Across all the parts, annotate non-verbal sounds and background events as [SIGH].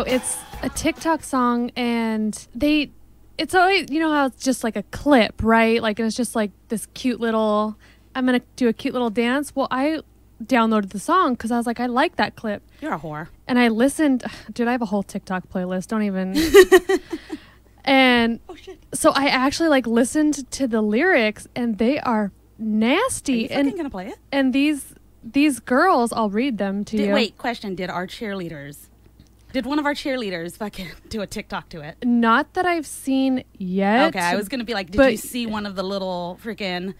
It's a TikTok song, and they, it's always, you know, how it's just like a clip, right? Like, and it's just like this cute little, I'm going to do a cute little dance. Well, I downloaded the song because I was like, I like that clip. You're a whore. And I listened, [SIGHS] dude, I have a whole TikTok playlist. Don't [LAUGHS] even. and Oh shit. so I actually like listened to the lyrics, and they are Are you nasty. fucking And, gonna play it? and these, these girls, I'll read them to Did, you. wait, question. Did our cheerleaders, did one of our cheerleaders fucking [LAUGHS] do a TikTok to it? Not that I've seen yet. Okay, I was gonna be like, did but- you see one of the little freaking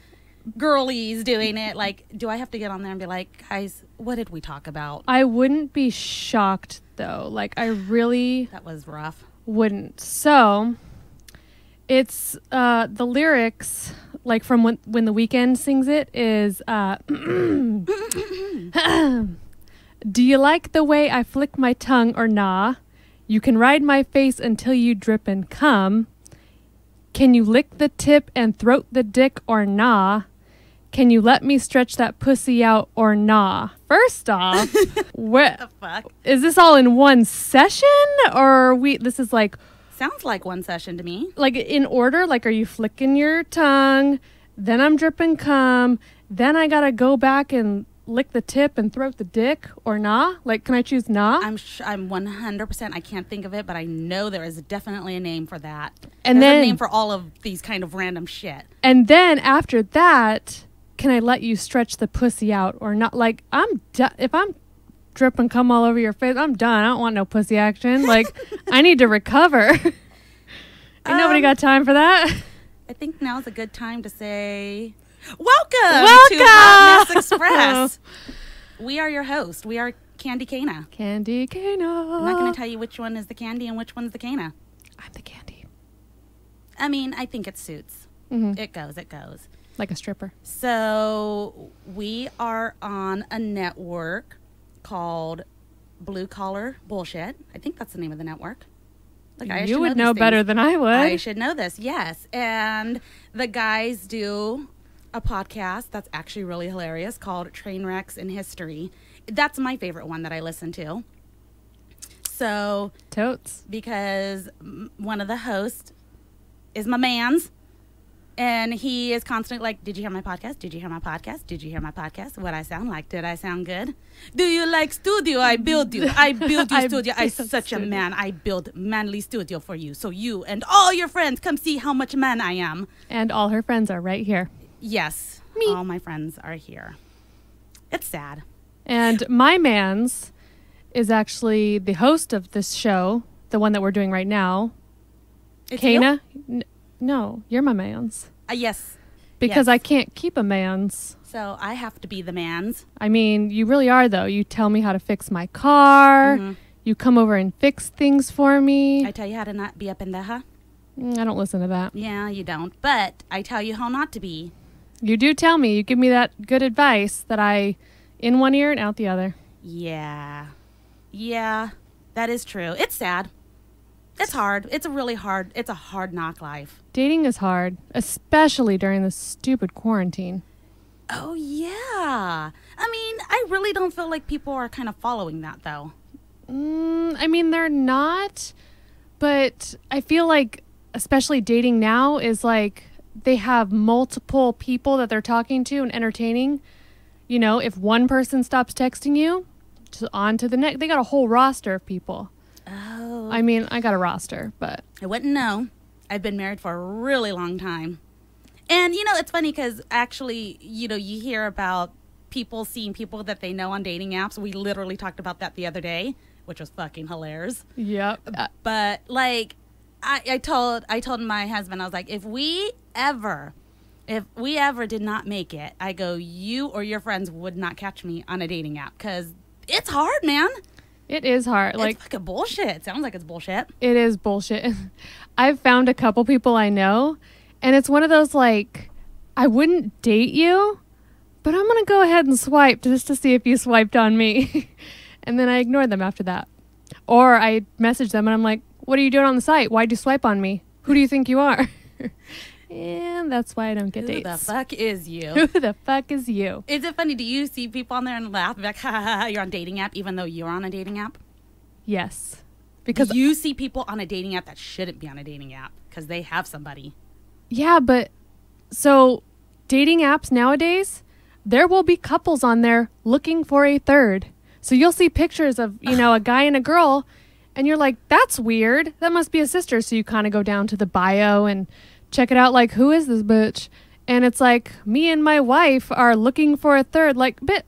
girlies doing it? Like, do I have to get on there and be like, guys, what did we talk about? I wouldn't be shocked though. Like I really That was rough. wouldn't. So it's uh the lyrics like from when when the weekend sings it is uh [COUGHS] Do you like the way I flick my tongue or nah? You can ride my face until you drip and come. Can you lick the tip and throat the dick or nah? Can you let me stretch that pussy out or nah? First off, [LAUGHS] where Fuck. is this all in one session or are we this is like Sounds like one session to me. like in order like are you flicking your tongue then i'm dripping cum then i gotta go back and lick the tip and throat the dick or nah like can i choose nah I'm sh- I'm 100%. I can't think of it, but I know there is definitely a name for that. And There's then- a name for all of these kind of random shit. and then after that can i let you stretch the pussy out or not like i'm done if i'm dripping cum all over your face i'm done i don't want no pussy [LAUGHS] action like i need to recover [LAUGHS] ain't nobody Um, got time for that I think now's a good time to say welcome, to Hot Welcome! [LAUGHS] Mess Express. we are your host. We are Candy Cana. candy cano I'm not going to tell you which one is the candy and which one's the cana. I'm the candy. I mean, I think it suits. Mhm. It goes, it goes. Like a stripper. So we are on a network called Blue Collar Bullshit. I think that's the name of the network. Like, I you should would these know better things. than I would. I should know this. Yes. And the guys do a podcast that's actually really hilarious called Train Wrecks in History. That's my favorite one that I listen to. So, Totes. because mm, one of the hosts is my man's and he is constantly like did you hear my podcast did you hear my podcast did you hear my podcast what i sound like did i sound good do you like studio i build you [LAUGHS] i build you I studio i build such a studio. man i build manly studio for you so you and all your friends come see how much man i am And all her friends are right here. yes Me. all my friends are here it's sad And my man's is actually the host of this show, the one that we're doing right now. it's you? Kana? N- no, you're my man's. Uh, yes Because Yes. I can't keep a man's. so i have to be the man's I mean, you really are, though. You tell me how to fix my car. Mhm. You come over and fix things for me. i tell you how to not be up in the huh Mm, I don't listen to that. Yeah, you don't. But I tell you how not to be. You do tell me. You give me that good advice that I, in one ear and out the other. Yeah. Yeah, that is true. It's sad. It's hard. It's a really hard. It's a hard knock life. Dating is hard, especially during this stupid quarantine. Oh yeah. I mean, I really don't feel like people are kind of following that though. Mm, I mean, they're not, but I feel like, especially dating now, is like they have multiple people that they're talking to and entertaining. You know, if one person stops texting you, just on to the next. They got a whole roster of people. Oh. I mean, I got a roster, but I wouldn't know. I've been married for a really long time. And you know, it's funny because actually, you know, you hear about people seeing people that they know on dating apps. We literally talked about that the other day, which was fucking hilarious. yep. Uh, but like I, I told I told my husband I was like if we ever if we ever did not make it I go you or your friends would not catch me on a dating app because it's hard man it is hard. Like it's fucking bullshit It sounds like it's bullshit It is bullshit. [LAUGHS] I've found a couple people I know, and it's one of those like, I wouldn't date you, but I'm going to go ahead and swipe just to see if you swiped on me. [LAUGHS] and then I ignore them after that. Or I message them and I'm like, What are you doing on the site? Why'd you swipe on me? Who do you think you are? [LAUGHS] and that's why I don't get who the dates. fuck is you [LAUGHS] Who the fuck is you? [LAUGHS] is it funny do you see people on there and laugh like ha, ha, ha, you're on dating app even though you're on a dating app Yes. because you see people on a dating app that shouldn't be on a dating app because they have somebody. yeah, but so dating apps nowadays, there will be couples on there looking for a third. So you'll see pictures of, you know, a guy and a girl and you're like, that's weird. That must be a sister. So you kind of go down to the bio and check it out like who is this bitch? And it's like me and my wife are looking for a third. Like, but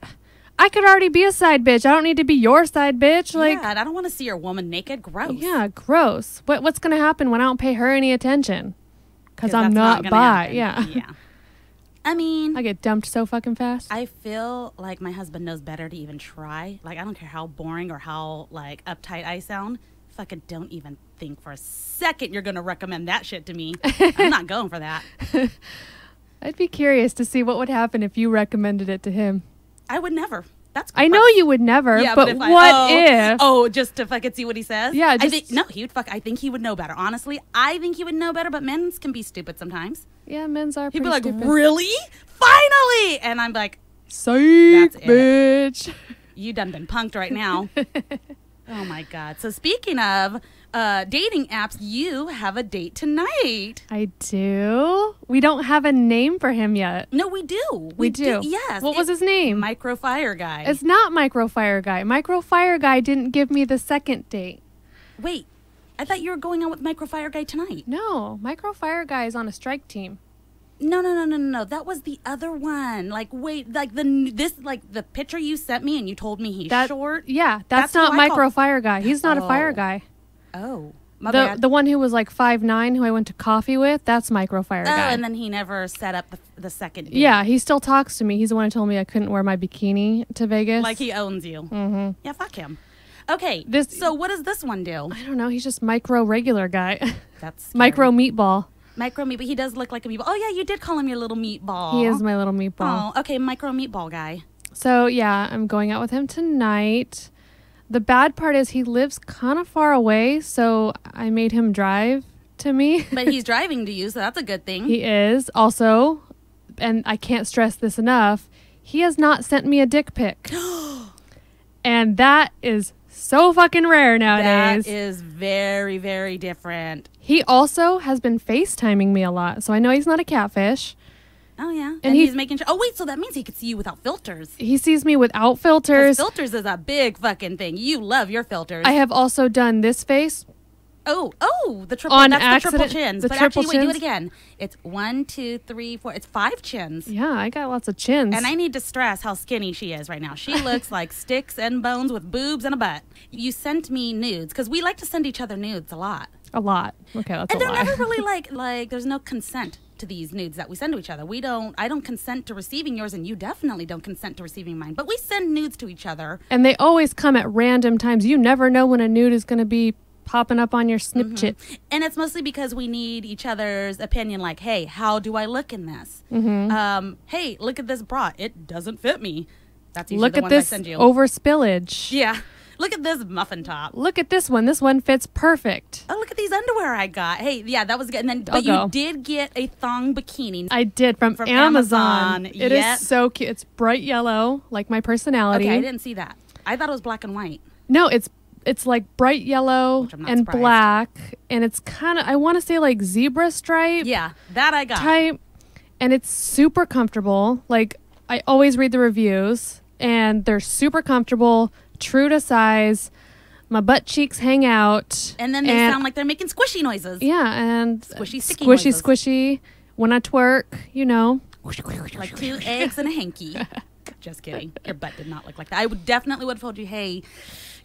I could already be a side bitch. I don't need to be your side bitch. Like, Like, I don't want to see your woman naked. Gross. Yeah, gross. What what's gonna happen when I don't pay her any attention? Because 'Cause I'm that's not, gonna bi. happen. Yeah. Yeah. I mean, I get dumped so fucking fast. I feel like my husband knows better to even try. Like I don't care how boring or how like uptight I sound. Fucking don't even think for a second you're gonna recommend that shit [LAUGHS] to me. I'm not going for that. I'd be curious to see what would happen if you recommended it to him. I would never. That's I know you would never, Yeah, but, if I- what oh, if? Oh, just to fucking see what he says. Yeah, I just- think, no, he would fuck. I think he would know better. Honestly, I think he would know better. But men can be stupid sometimes. Yeah, men's are. He'd pretty be like, stupid. "Really? Finally!" And I'm like, Psych, That's it. bitch. [LAUGHS] you done been punked right now. oh my god. So speaking of uh, dating apps, you have a date tonight. I do. We don't have a name for him yet. No, we do. We, do. Yes. What was his name? Microfire guy. It's not Microfire Guy. Microfire Guy didn't give me the second date. Wait, I thought you were going on with Microfire guy tonight. No, Microfire Guy is on a strike team. No, no, no, no, no, no. That was the other one. Like, wait, like the n- this like the picture you sent me, and you told me he's That- short. Yeah, that's, That's who not I micro call- fire guy. He's not a fire Oh, guy. Oh, my The bad. the one who was like five nine, who I went to coffee with, that's micro fire oh, guy. and then he never set up the, the second. date. yeah, he still talks to me. He's the one who told me I couldn't wear my bikini to Vegas. like he owns you. Mm-hmm. Yeah, fuck him. Okay, This- So what does this one do? I don't know. He's just micro regular guy, [LAUGHS] That's scary. micro meatball. micro meatball. He does look like a meatball. Oh yeah, you did call him your little meatball. He is my little meatball. Oh, okay, micro meatball guy. So yeah, I'm going out with him tonight. The bad part is he lives kind of far away, so I made him drive to me. [LAUGHS] But he's driving to you, so that's a good thing. He is also, and I can't stress this enough, he has not sent me a dick [GASPS] pic. and that is so fucking rare nowadays. that is very, very different. he also has been FaceTiming me a lot, so I know he's not a catfish. Oh yeah, and, he- he's making sure. Oh wait, so that means he could see you without filters. 'Cause He sees me without filters. filters is a big fucking thing. You love your filters. I have also done this face. oh, oh, the triple. On that's the accident, triple chins. the but triple actually, wait, do chins. it again. It's one, two, three, four. It's five chins. Yeah, I got lots of chins. And I need to stress how skinny she is right now. She [LAUGHS] looks like sticks and bones with boobs and a butt. You sent me nudes because we like to send each other nudes a lot, a lot. Okay, that's and a they're lot. never [LAUGHS] really like like. There's no consent to these nudes that we send to each other. We don't. I don't consent to receiving yours, and you definitely don't consent to receiving mine. But we send nudes to each other. and they always come at random times. You never know when a nude is going to be popping up on your Snapchat. And it's mostly because we need each other's opinion. Like, hey, how do I look in this? Mm-hmm. Um, hey, look at this bra. It doesn't fit me. That's usually Look the at ones I this send you. overspillage. yeah. Look at this muffin top. look at this one. This one fits perfect. Oh, look at these underwear I got. Hey, yeah, that was good. And then, but I'll you go. did get a thong bikini. I did from, From Amazon. Amazon, It is yep. so cute. It's bright yellow, like my personality. okay, I didn't see that. I thought it was black and white. No, it's it's like bright yellow Which I'm not and surprised. black, and it's kind of I want to say like zebra stripe Yeah, that I got. type, and it's super comfortable. Like I always read the reviews, and they're super comfortable, true to size. My butt cheeks hang out, And then they sound like they're making squishy noises. yeah, and Squishy, sticky squishy, noises. squishy. When I twerk, you know, Like two eggs and a hanky. [LAUGHS] Just kidding. Your butt did not look like that. I would definitely would have told you, hey,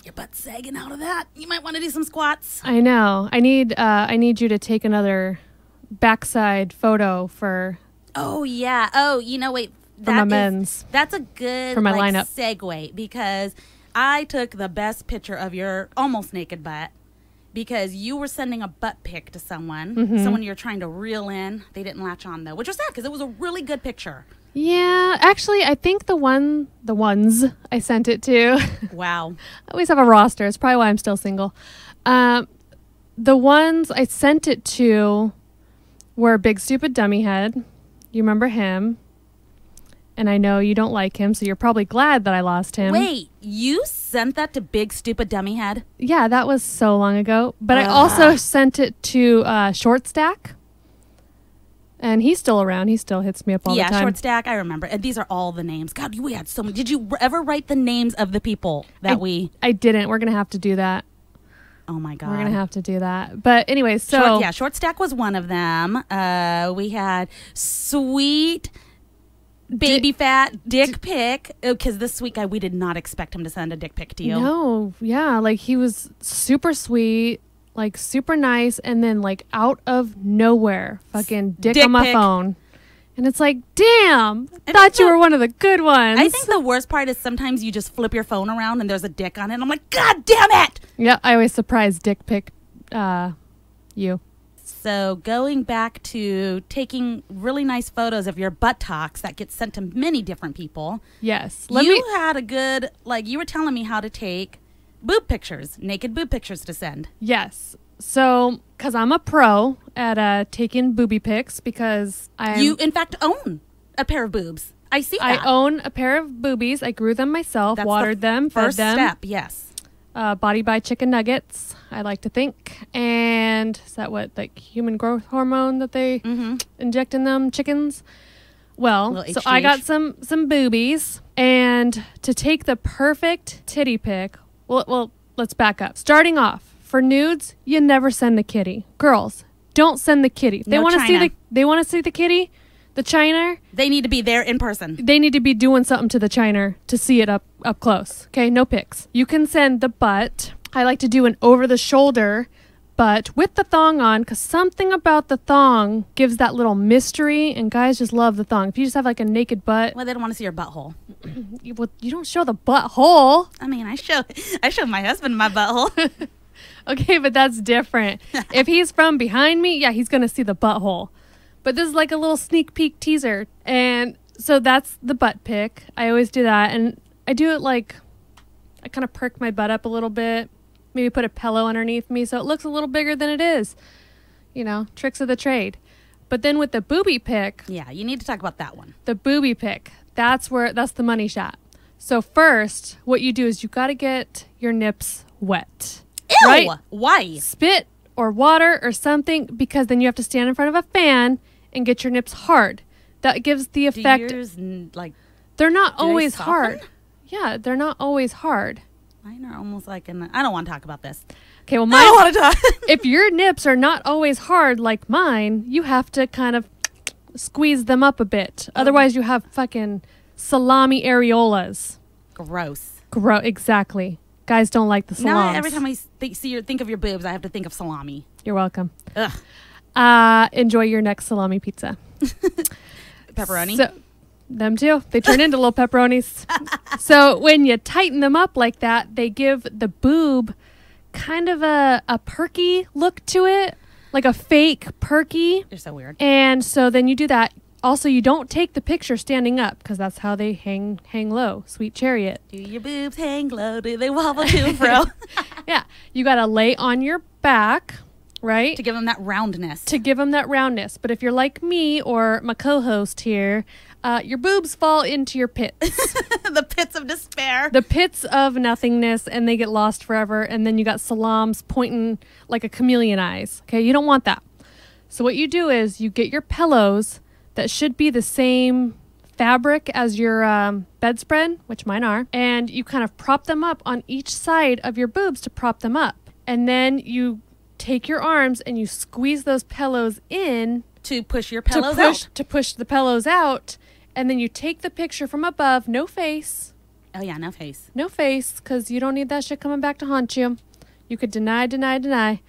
your butt's sagging out of that. You might want to do some squats. I know. I need uh, I need you to take another backside photo for Oh yeah. Oh, you know, wait. For my men's. That's a good For my like, lineup. segue because I took the best picture of your almost naked butt because you were sending a butt pic to someone, Mm-hmm. someone you're trying to reel in. They didn't latch on though, which was sad because it was a really good picture. Yeah, actually I think the one the ones I sent it to. [LAUGHS] I Wow. always have a roster. It's probably why I'm still single. Um, the ones I sent it to were Big Stupid Dummy Head. You remember him? and I know you don't like him, so you're probably glad that I lost him. Wait, you sent that to Big Stupid Dummy Head? Yeah, that was so long ago. But I Ah. also sent it to uh, Short Stack, and he's still around. He still hits me up all yeah, the time. Short Stack. I remember. And these are all the names. God, we had so many. Did you ever write the names of the people that I- we? I didn't. We're gonna have to do that. Oh my God. We're gonna have to do that. But anyway, so Short, yeah, Short Stack was one of them. Uh, we had sweet baby fat dick pic because this week I, we did not expect him to send a dick pic to you. No, yeah, like he was super sweet, like super nice, and then like out of nowhere, fucking dick, dick on my pic. phone. And it's like, damn, I thought think you the- were one of the good ones. I think the worst part is sometimes you just flip your phone around and there's a dick on it. And I'm like, God damn it! yeah, I always surprise dick pic uh, you. So going back to taking really nice photos of your buttocks that get sent to many different people. Yes. Let you me had a good like you were telling me how to take boob pictures, naked boob pictures to send. Yes. So, cuz I'm a pro at uh taking booby pics because I you in fact own a pair of boobs. I see I that. own a pair of boobies. I grew them myself, That's the watered them, fed First them. step, yes. uh, body by chicken nuggets i like to think and is that what like human growth hormone that they Mm-hmm. inject in them chickens well Little so i got HGH. some some boobies and to take the perfect titty pic well, well let's back up starting off for nudes you never send the kitty girls don't send the kitty If they No want to see china. the they want to see the kitty the china They need to be there in [LAUGHS] person. they need to be doing something to the china to see it up up close. Okay, no pics. You can send the butt. I like to do an over the shoulder butt with the thong on because something about the thong gives that little mystery, and guys just love the thong. If you just have like a naked butt, Well, they don't want to see your butthole. you, well, you don't show the butthole. I mean, I show I show my husband my [LAUGHS] butthole. Okay, but that's different. if he's from behind me, yeah, he's gonna see the butthole. But this is like a little sneak peek teaser. And so that's the butt pick. I always do that. And I do it like I kind of perk my butt up a little bit, maybe put a pillow underneath me so it looks a little bigger than it is. You know, tricks of the trade. But then with the booby pick, yeah, you need to talk about that one. the booby pick, that's where that's the money shot. So first, what you do is you got to get your nips wet. Ew! Right? Why? spit or water or something because then you have to stand in front of a fan and get your nips hard. That gives the Do effect. yours n- like they're not they always soften? hard. Yeah, they're not always hard. mine are almost like an I don't want to talk [LAUGHS] about this. Okay, well, I mine, don't want to talk. if your nips are not always hard like mine, you have to kind of squeeze them up a bit. Oh. Otherwise, you have fucking salami areolas. [LAUGHS] Gross. Grow exactly. Guys don't like the Now salami. I- every time I s- think, see your think of your boobs, I have to think of salami. You're welcome. Ugh. Uh, enjoy your next salami pizza. Pepperoni. So, them too. They turn into little [LAUGHS] pepperonis. so when you tighten them up like that, they give the boob kind of a, a perky look to it, like a fake perky. You're so weird. And so then you do that. Also, you don't take the picture standing up because that's how they hang hang low. Sweet [LAUGHS] chariot. Do your boobs hang low? Do they wobble to and [LAUGHS] fro? Yeah, you gotta lay on your back, right? to give them that roundness. to give them that roundness. But if you're like me or my co-host here, uh, your boobs fall into your pits, [LAUGHS] the pits of despair. the pits of nothingness, and they get lost forever. And then you got salams pointing like a chameleon eyes. Okay, you don't want that. So what you do is you get your pillows that should be the same fabric as your um, bedspread, which mine are, and you kind of prop them up on each side of your boobs to prop them up. And then you take your arms and you squeeze those pillows in to push your to pillows push out. to push the pillows out, and then you take the picture from above, no face, Oh yeah, [LAUGHS] no face. no face, because you don't need that shit coming back to haunt you. You could deny, deny, deny.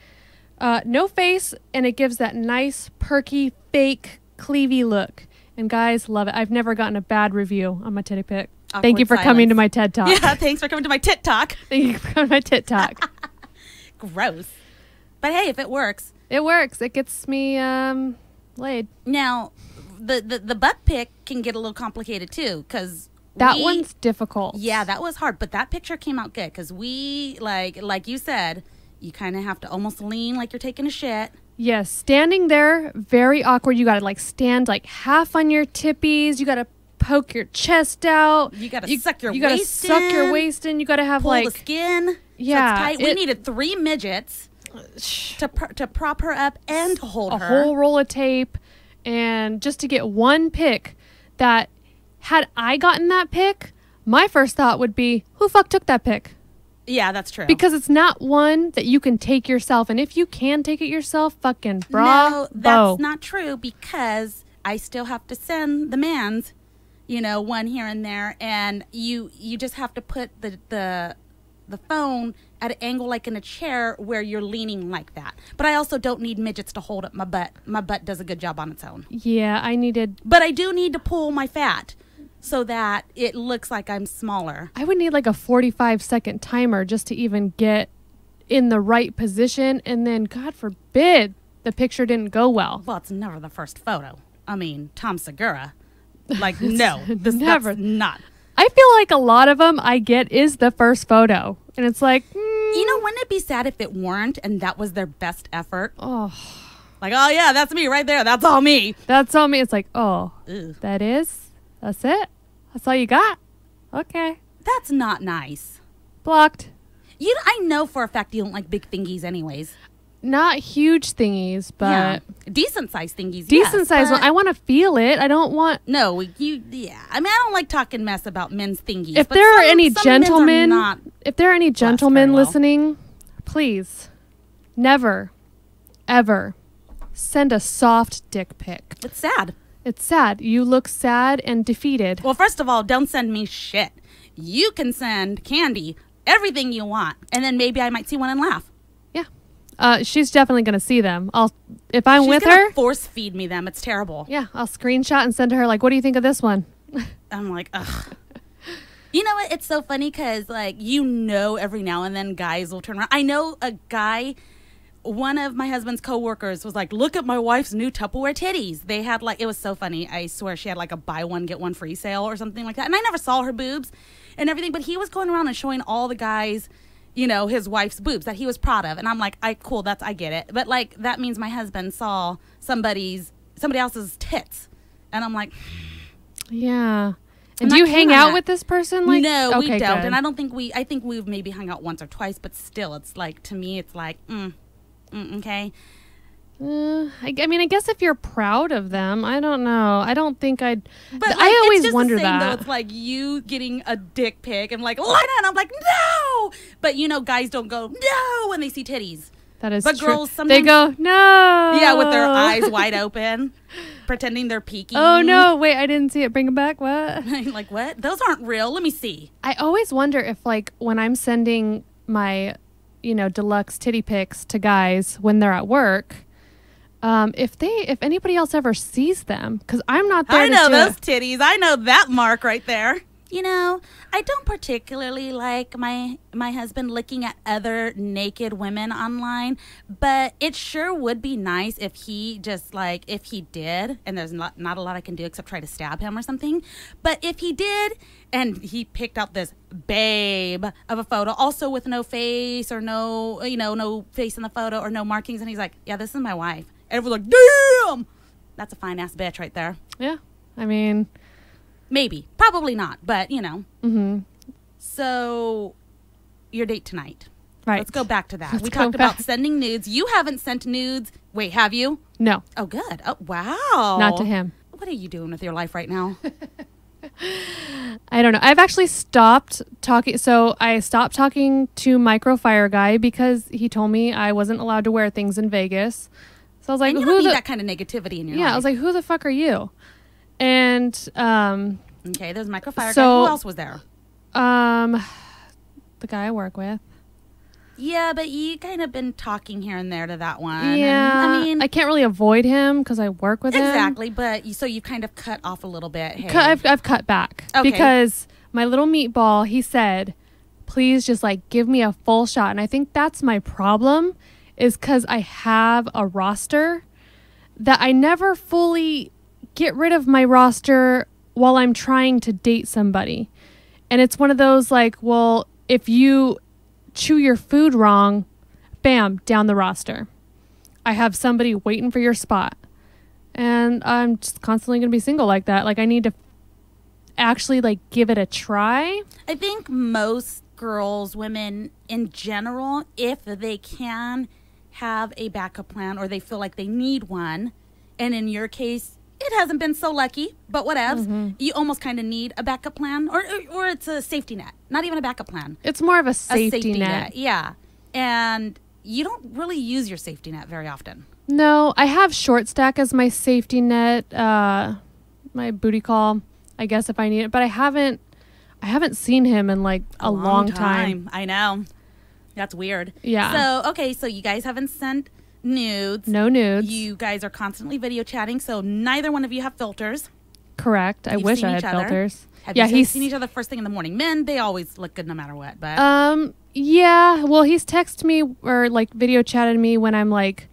Uh, no face, and it gives that nice perky fake cleavy look. And guys love it. I've never gotten a bad review on my titty pic. Thank Awkward you for coming silence. to my TED talk. [LAUGHS] Yeah, thanks for coming to my tit talk. Thank you for coming to my TED [LAUGHS] talk. Gross. But hey, if it works. it works. It gets me um, laid. Now, the the, the butt pick can get a little complicated too, because That one's difficult. Yeah, that was hard, but that picture came out good because we like like you said, you kind of have to almost lean like you're taking a shit. Yes, standing there, very awkward. You got to like stand like half on your tippies. You got to poke your chest out. You gotta suck your you gotta waist suck your in, waist in. You gotta have Pull like the skin. yeah, So it's tight. we it- needed three midgets sh- to pr- to prop her up and to hold a her. whole roll of tape, and just to get one pick. That had I gotten that pick, my first thought would be, who the fuck took that pick? yeah, that's true. Because it's not one that you can take yourself, and if you can take it yourself, fucking bravo. No, Oh. that's not true because I still have to send the man's, you know, one here and there, and you you just have to put the the the phone at an angle like in a chair where you're leaning like that. But I also don't need midgets to hold up my butt. My butt does a good job on its own. Yeah, I needed. But I do need to pull my fat so that it looks like I'm smaller. I would need like a forty-five second timer just to even get in the right position, and then God forbid the picture didn't go well. Well, it's never the first photo. I mean, Tom Segura. Like no, this Never. that's not. I feel like a lot of them I get is the first photo, and it's like, mm, You know, wouldn't it be sad if it weren't and that was their best effort? oh, Like, oh yeah, that's me right there. That's all me. that's on me. It's like, oh, Ew. that is, that's it. That's all you got. Okay, That's not nice. blocked. You, know, I know for a fact you don't like big thingies, anyways. Not huge thingies, but. yeah, decent sized thingies. yes, decent size one. but- I want to feel it. I don't want. no, you. Yeah, I mean, I don't like talking mess about men's thingies. If but there are some- any some men's are gentlemen, not if there are any very gentlemen well. listening, please, never, ever send a soft dick pic. it's sad. It's sad. You look sad and defeated. Well, first of all, don't send me shit. You can send candy, everything you want, and then maybe I might see one and laugh. Yeah, uh, she's definitely gonna see them. I'll if I'm She's with gonna her. force feed me them. It's terrible. yeah, I'll screenshot and send to her. Like, what do you think of this [LAUGHS] one? I'm like, ugh. You know what? It's so funny because, like, you know, every now and then guys will turn around. I know a guy, one of my husband's coworkers was like, look at my wife's new Tupperware titties. They had, like, it was so funny. I swear she had, like, a buy one, get one free sale or something like that. And I never saw her boobs and everything, but he was going around and showing all the guys. You know his wife's boobs that he was proud of, and I'm like, I cool, that's I get it, but like that means my husband saw somebody's somebody else's tits, and I'm like, Yeah. And do I'm not you keen hang on out that. with this person? Like, no, we Okay, don't, good. and I don't think we. I think we've maybe hung out once or twice, but still, it's like to me, it's like, mm, mm okay, Uh, I, I mean, I guess if you're proud of them, I don't know. I don't think I'd. but th- like, I always it's just wonder the same, Though, that. it's like you getting a dick pic and like, Lena, and I'm like, no, but you know, guys don't go no when they see titties. that is but true. girls they sometimes- go no. Yeah, with [LAUGHS] their eyes wide open, pretending they're peeking. Oh no! Wait, I didn't see it. Bring it back. What? [LAUGHS] like what? Those aren't real. Let me see. I always wonder if, like, when I'm sending my, you know, deluxe titty pics to guys when they're at work, um, if they, if anybody else ever sees them, because I'm not there. I to know do those it. titties. I know that mark right there. You know, I don't particularly like my my husband looking at other naked women online, but it sure would be nice if he just like if he did, and there's not not a lot I can do except try to stab him or something. But if he did and he picked out this babe of a photo also with no face or no you know no face in the photo or no markings and he's like, "Yeah, this is my wife." And everyone's like, "Damn!" That's a fine ass bitch right there. Yeah, I mean, Maybe. Probably not, but you know. mhm. So, your date tonight. right. Let's go back to that. Let's we go talked back. about sending nudes. You haven't sent nudes. Wait, have you? No, Oh, good. Oh, wow. not to him. What are you doing with your life right now? I don't know. I've actually stopped talking. So I stopped talking to Microfire Guy because he told me I wasn't allowed to wear things in Vegas. So I was like, and you who don't need the? that kind of negativity in your yeah, I life. was like, who the fuck are you? And um, okay, there's microfire. So- guy. Who else was there? um, the guy I work with. Yeah, but you kind of been talking here and there to that one. and, yeah, I mean, I can't really avoid him because I work with him. exactly. But you, so you kind of cut off a little bit. Hey. Cu- I've, I've cut back Okay. because my little meatball, he said, please just like give me a full shot. And I think that's my problem is because I have a roster that I never fully get rid of my roster while I'm trying to date somebody. And it's one of those like, well, if you chew your food wrong, bam, down the roster. I have somebody waiting for your spot. And I'm just constantly going to be single like that. Like, I need to actually like give it a try. I think most girls, women in general, if they can have a backup plan or they feel like they need one, and in your case, it hasn't been so lucky, but whatevs, Mm-hmm. you almost kind of need a backup plan or, or, or it's a safety net, not even a backup plan, It's more of a a safety, net. Yeah. And you don't really use your safety net very often. No, I have short stack as my safety net, uh, my booty call, I guess if I need it. But I haven't, I haven't seen him in like a, long, time. I know. That's weird. Yeah. So, okay, so you guys haven't sent nudes. No nudes. You guys are constantly video chatting, so neither one of you have filters. Correct. I You've wish seen I had each other. filters. Have yeah, you he's seen each other first thing in the morning? Men, they always look good no matter what, but Um. Yeah. Well, he's texted me or like video chatted me when I'm like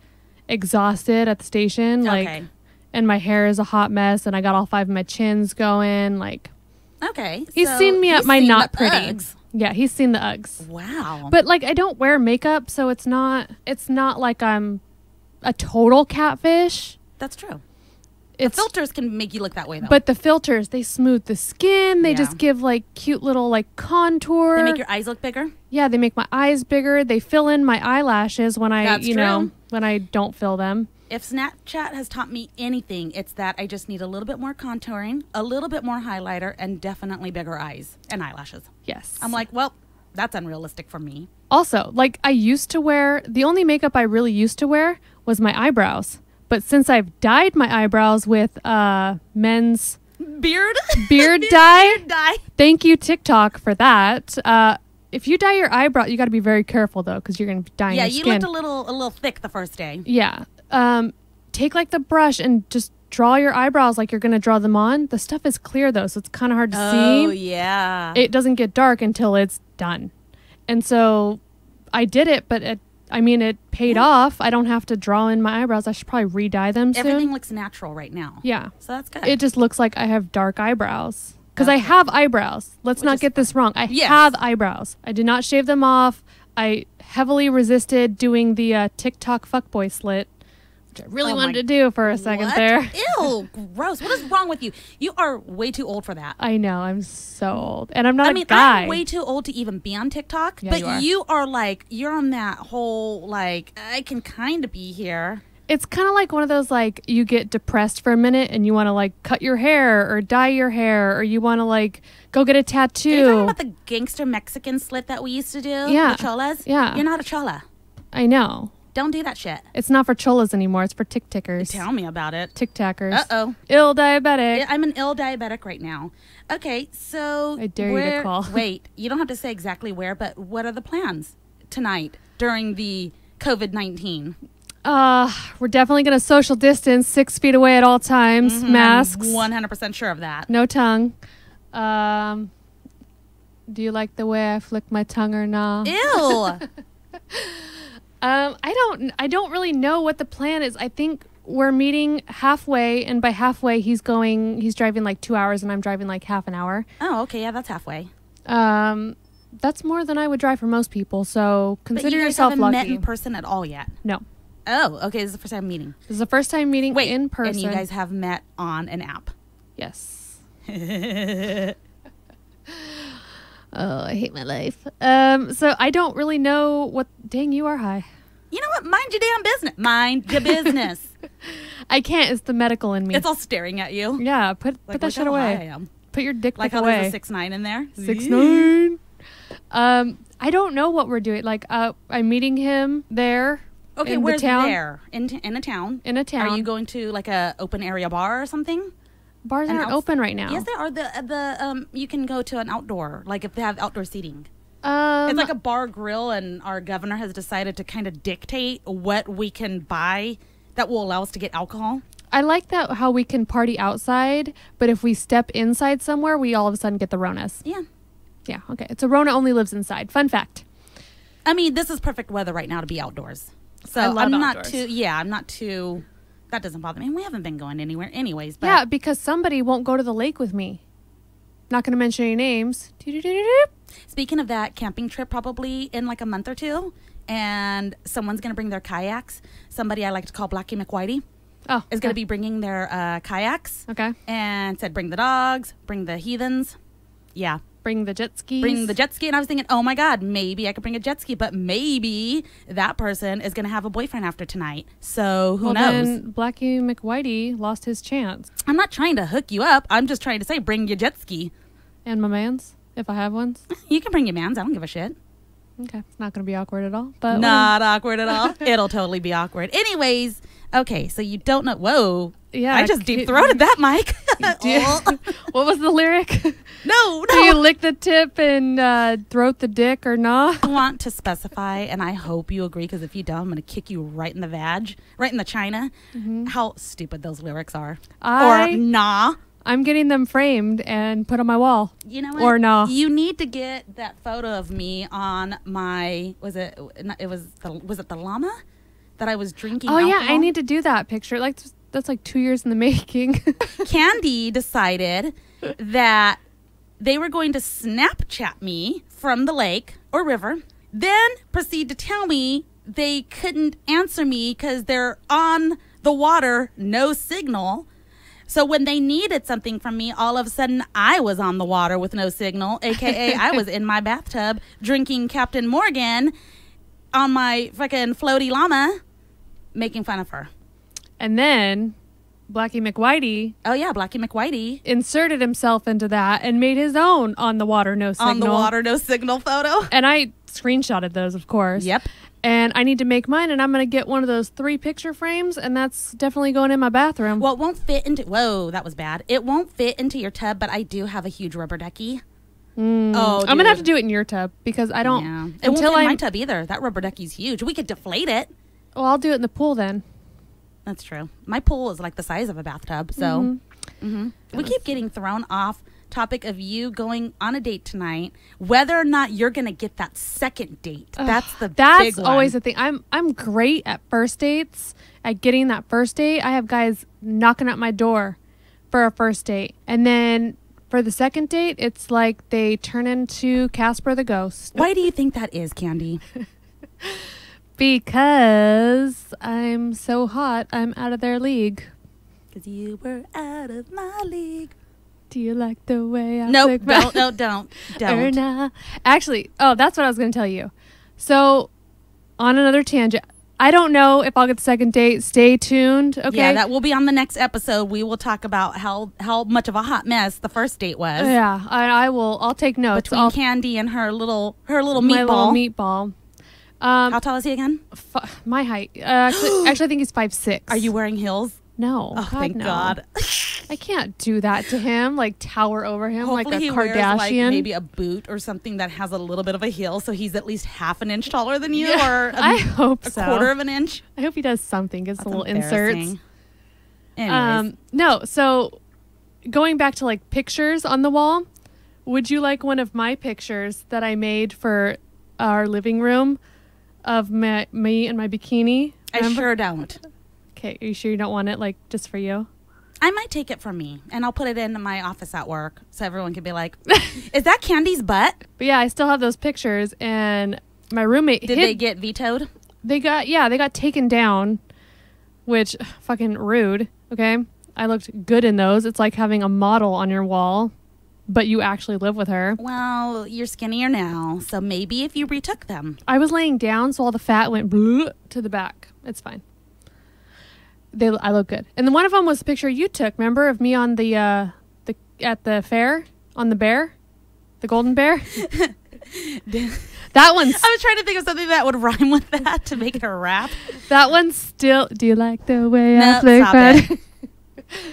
exhausted at the station, like, Okay. and my hair is a hot mess, and I got all five of my chins going. Like, okay. Uh, he's so seen me he's at my seen not the pretty. Uggs. Yeah, he's seen the Uggs. Wow. But like, I don't wear makeup, so it's not. It's not like I'm a total catfish. that's true. It's Filters can make you look that way though. but the filters they smooth the skin. They Yeah. just give like cute little like contour. they make your eyes look bigger. Yeah, they make my eyes bigger. They fill in my eyelashes when I, That's you know, true. when I don't fill them. If Snapchat has taught me anything, it's that I just need a little bit more contouring, a little bit more highlighter, and definitely bigger eyes and eyelashes. Yes. I'm like, well, that's unrealistic for me. also, like I used to wear the only makeup I really used to wear was my eyebrows. But since I've dyed my eyebrows with uh men's [LAUGHS] Beard, beard dye, dye. thank you TikTok for that. Uh if you dye your eyebrow, you got to be very careful though cuz you're going to be dyeing Yeah, your you skin. looked a little a little thick the first day. yeah. Um take like the brush and just draw your eyebrows like you're going to draw them on. The stuff is clear though, so it's kind of hard to see. Oh yeah. it doesn't get dark until it's done. And so I did it, but it, I mean, it paid off. I don't have to draw in my eyebrows. I should probably re dye them soon. Everything looks natural right now. yeah. So that's good. It just looks like I have dark eyebrows. Because I have eyebrows. Let's Which not is get this wrong. I Yes. have eyebrows. I did not shave them off. I heavily resisted doing the uh, TikTok fuckboy slit, which I really Oh wanted my- to do for a second what? there. [LAUGHS] [LAUGHS] Ew, gross. What is wrong with you? You are way too old for that. I know. I'm so old. And I'm not I a mean, guy. I'm way too old to even be on TikTok. Yeah, but you are. like, you're on that whole like, I can kind of be here. It's kind of like one of those like you get depressed for a minute and you want to like cut your hair or dye your hair or you want to like go get a Are you talking tattoo. about the gangster Mexican slit that we used to do? Yeah. The cholas? Yeah. You're not a chola. I know. Don't do that shit. It's not for cholas anymore. It's for tick tickers. Tell me about it. Tic Tackers. Uh-oh. Ill diabetic. I- I'm an ill diabetic right now. Okay, so I dare you to where- call. [LAUGHS] Wait, you don't have to say exactly where, but what are the plans tonight during the COVID nineteen Uh, we're definitely going to social distance six feet away at all times. Masks. Mm-hmm. One hundred percent sure of [LAUGHS] that. No tongue. Um, do you like the way I flick my tongue or not? Ew. Um, I don't. I don't really know what the plan is. I think we're meeting halfway, and by halfway, he's going. He's driving like two hours, and I'm driving like half an hour. oh, okay, yeah, that's halfway. Um, that's more than I would drive for most people. So But consider you guys yourself haven't lucky. met in person at all yet. no, Oh, okay, this is the first time meeting. this is the first time meeting Wait, in person. and you guys have met on an app. yes. [LAUGHS] oh, I hate my life. Um, so I don't really know what. Dang, you are high. You know what? Mind your damn business. Mind [LAUGHS] your business. I can't. It's the medical in me. it's all staring at you. yeah, put Like, put look that shit how high I away. am. Put your dick pic Like how away. there's a six nine in there. six nine. Um, I don't know what we're doing. Like, uh, I'm meeting him there. Okay, in the where's town, there? In, t- in a town. In a town. Are you going to like a open area bar or something? Bars An aren't outs- open right now. Yes, there are the uh, the um. You can go to an outdoor, like if they have outdoor seating. um, it's like a bar grill, and our governor has decided to kind of dictate what we can buy that will allow us to get alcohol. I like that how we can party outside, but if we step inside somewhere, we all of a sudden get the Ronas. Yeah, Yeah, okay. It's a Rona only lives inside. Fun fact. I mean this is perfect weather right now to be outdoors. So I love am not outdoors. too. Yeah, I'm not too. That doesn't bother me. And we haven't been going anywhere, anyways. But yeah, because somebody won't go to the lake with me. Not going to mention any names. Doo-doo-doo-doo-doo. Speaking of that camping trip, probably in like a month or two, and someone's gonna bring their kayaks. Somebody I like to call Blackie McWhitey. Oh, is going to okay. be bringing their uh, kayaks okay. and said, bring the dogs, bring the heathens. Yeah. Bring the jet skis. Bring the jet ski. And I was thinking, oh my God, maybe I could bring a jet ski, but maybe that person is going to have a boyfriend after tonight. So who Well, knows? then Blackie McWhitey lost his chance. I'm not trying to hook you up. I'm just trying to say, bring your jet ski. [LAUGHS] And my man's, if I have ones. You can bring your mans. I don't give a shit. Okay, it's not going to be awkward at all. But Not awkward at all. [LAUGHS] It'll totally be awkward. Anyways, okay, so you don't know. Whoa. Yeah, I just can- deep throated that, [LAUGHS] Mike. do you- [LAUGHS] Oh. [LAUGHS] what was the lyric? [LAUGHS] no, Do [LAUGHS] you no. lick the tip and uh, throat the dick or not? I want to specify, and I hope you agree, because if you don't, I'm going to kick you right in the vag, right in the china, how stupid those lyrics are. I- or nah. I'm getting them framed and put on my wall. You know what? Or nah. You need to get that photo of me on my was it it was the, was it the llama that I was drinking. Oh yeah, I alcohol? need to do that picture. Like that's like two years in the [LAUGHS] making. Candy decided that they were going to Snapchat me from the lake or river, then proceed to tell me they couldn't answer me because they're on the water, no signal. So when they needed something from me, all of a sudden I was on the water with no signal, aka I was in my bathtub drinking Captain Morgan on my fucking floaty llama, making fun of her. and then Blackie McWhitey Oh yeah, Blackie McWhitey inserted himself into that and made his own on the water no signal. on the water no signal photo. And I screenshotted those, of course. Yep. And I need to make mine, and I'm gonna get one of those three picture frames, and that's definitely going in my bathroom. [LAUGHS] Well, it won't fit into. Whoa, that was bad. It won't fit into your tub, but I do have a huge rubber ducky. Oh, Hmm. I'm gonna have to do it in your tub because I don't. Yeah. It won't fit Until in my I. tub either. That rubber ducky's huge. We could deflate it. Well, I'll do it in the pool then. That's true. My pool is like the size of a bathtub. So Mhm. we keep getting thrown off topic of you going on a date tonight, whether or not you're going to get that second date. that's the That's big one. always the thing. I'm I'm great at first dates, at getting that first date. I have guys knocking at my door for a first date. And then for the second date, it's like they turn into Casper the ghost Why do you think that is, [LAUGHS] Candy? because I'm so hot, I'm out of their league. Because you were out of my league. Do you like the way I No, lick my- [LAUGHS] don't, [LAUGHS] no, don't, don't. Erna. Actually, oh, that's what I was going to tell you. So, on another tangent, I don't know if I'll get the second date. Stay tuned. Okay. Yeah, that will be on the next episode. We will talk about how how much of a hot mess the first date was Yeah, I, I will. I'll take notes. between I'll Candy and her little her little my little meatball. meatball. Um, how tall is he again? f- my height. Uh, [GASPS] actually, actually, I think he's five six. Are you wearing heels? No. Oh, thank no. God. I can't do that to him. Like tower over him [LAUGHS] Hopefully like a he Kardashian. wears like maybe a boot or something that has a little bit of a heel, so he's at least half an inch taller than you, [LAUGHS] Yeah, [LAUGHS] or a, I hope a so. quarter of an inch. I hope he does something. Gets a That's little inserts. embarrassing. Anyways, Um, no. So, going back to like pictures on the wall, would you like one of my pictures that I made for our living room of my, me and my bikini? I sure don't. Okay, are you sure you don't want it like just for you? I might take it from me and I'll put it in my office at work so everyone can [LAUGHS] be like, "Is that Candy's butt?" But yeah, I still have those pictures and my roommate Did hid- they get vetoed? they got yeah, they got taken down, which ugh, fucking rude, okay? I looked good in those. It's like having a model on your wall, but you actually live with her. Well, you're skinnier now, so maybe if you retook them. I was laying down, so all the fat went bleh to the back. It's fine. They, I look good. And then one of them was a picture you took. Remember of me on the, uh, the at the fair on the bear, the golden [LAUGHS] bear. that one's I was trying to think of something that would [LAUGHS] rhyme with that to make it a [LAUGHS] rap. that one's still. Do you like the way No, I flick stop my- it.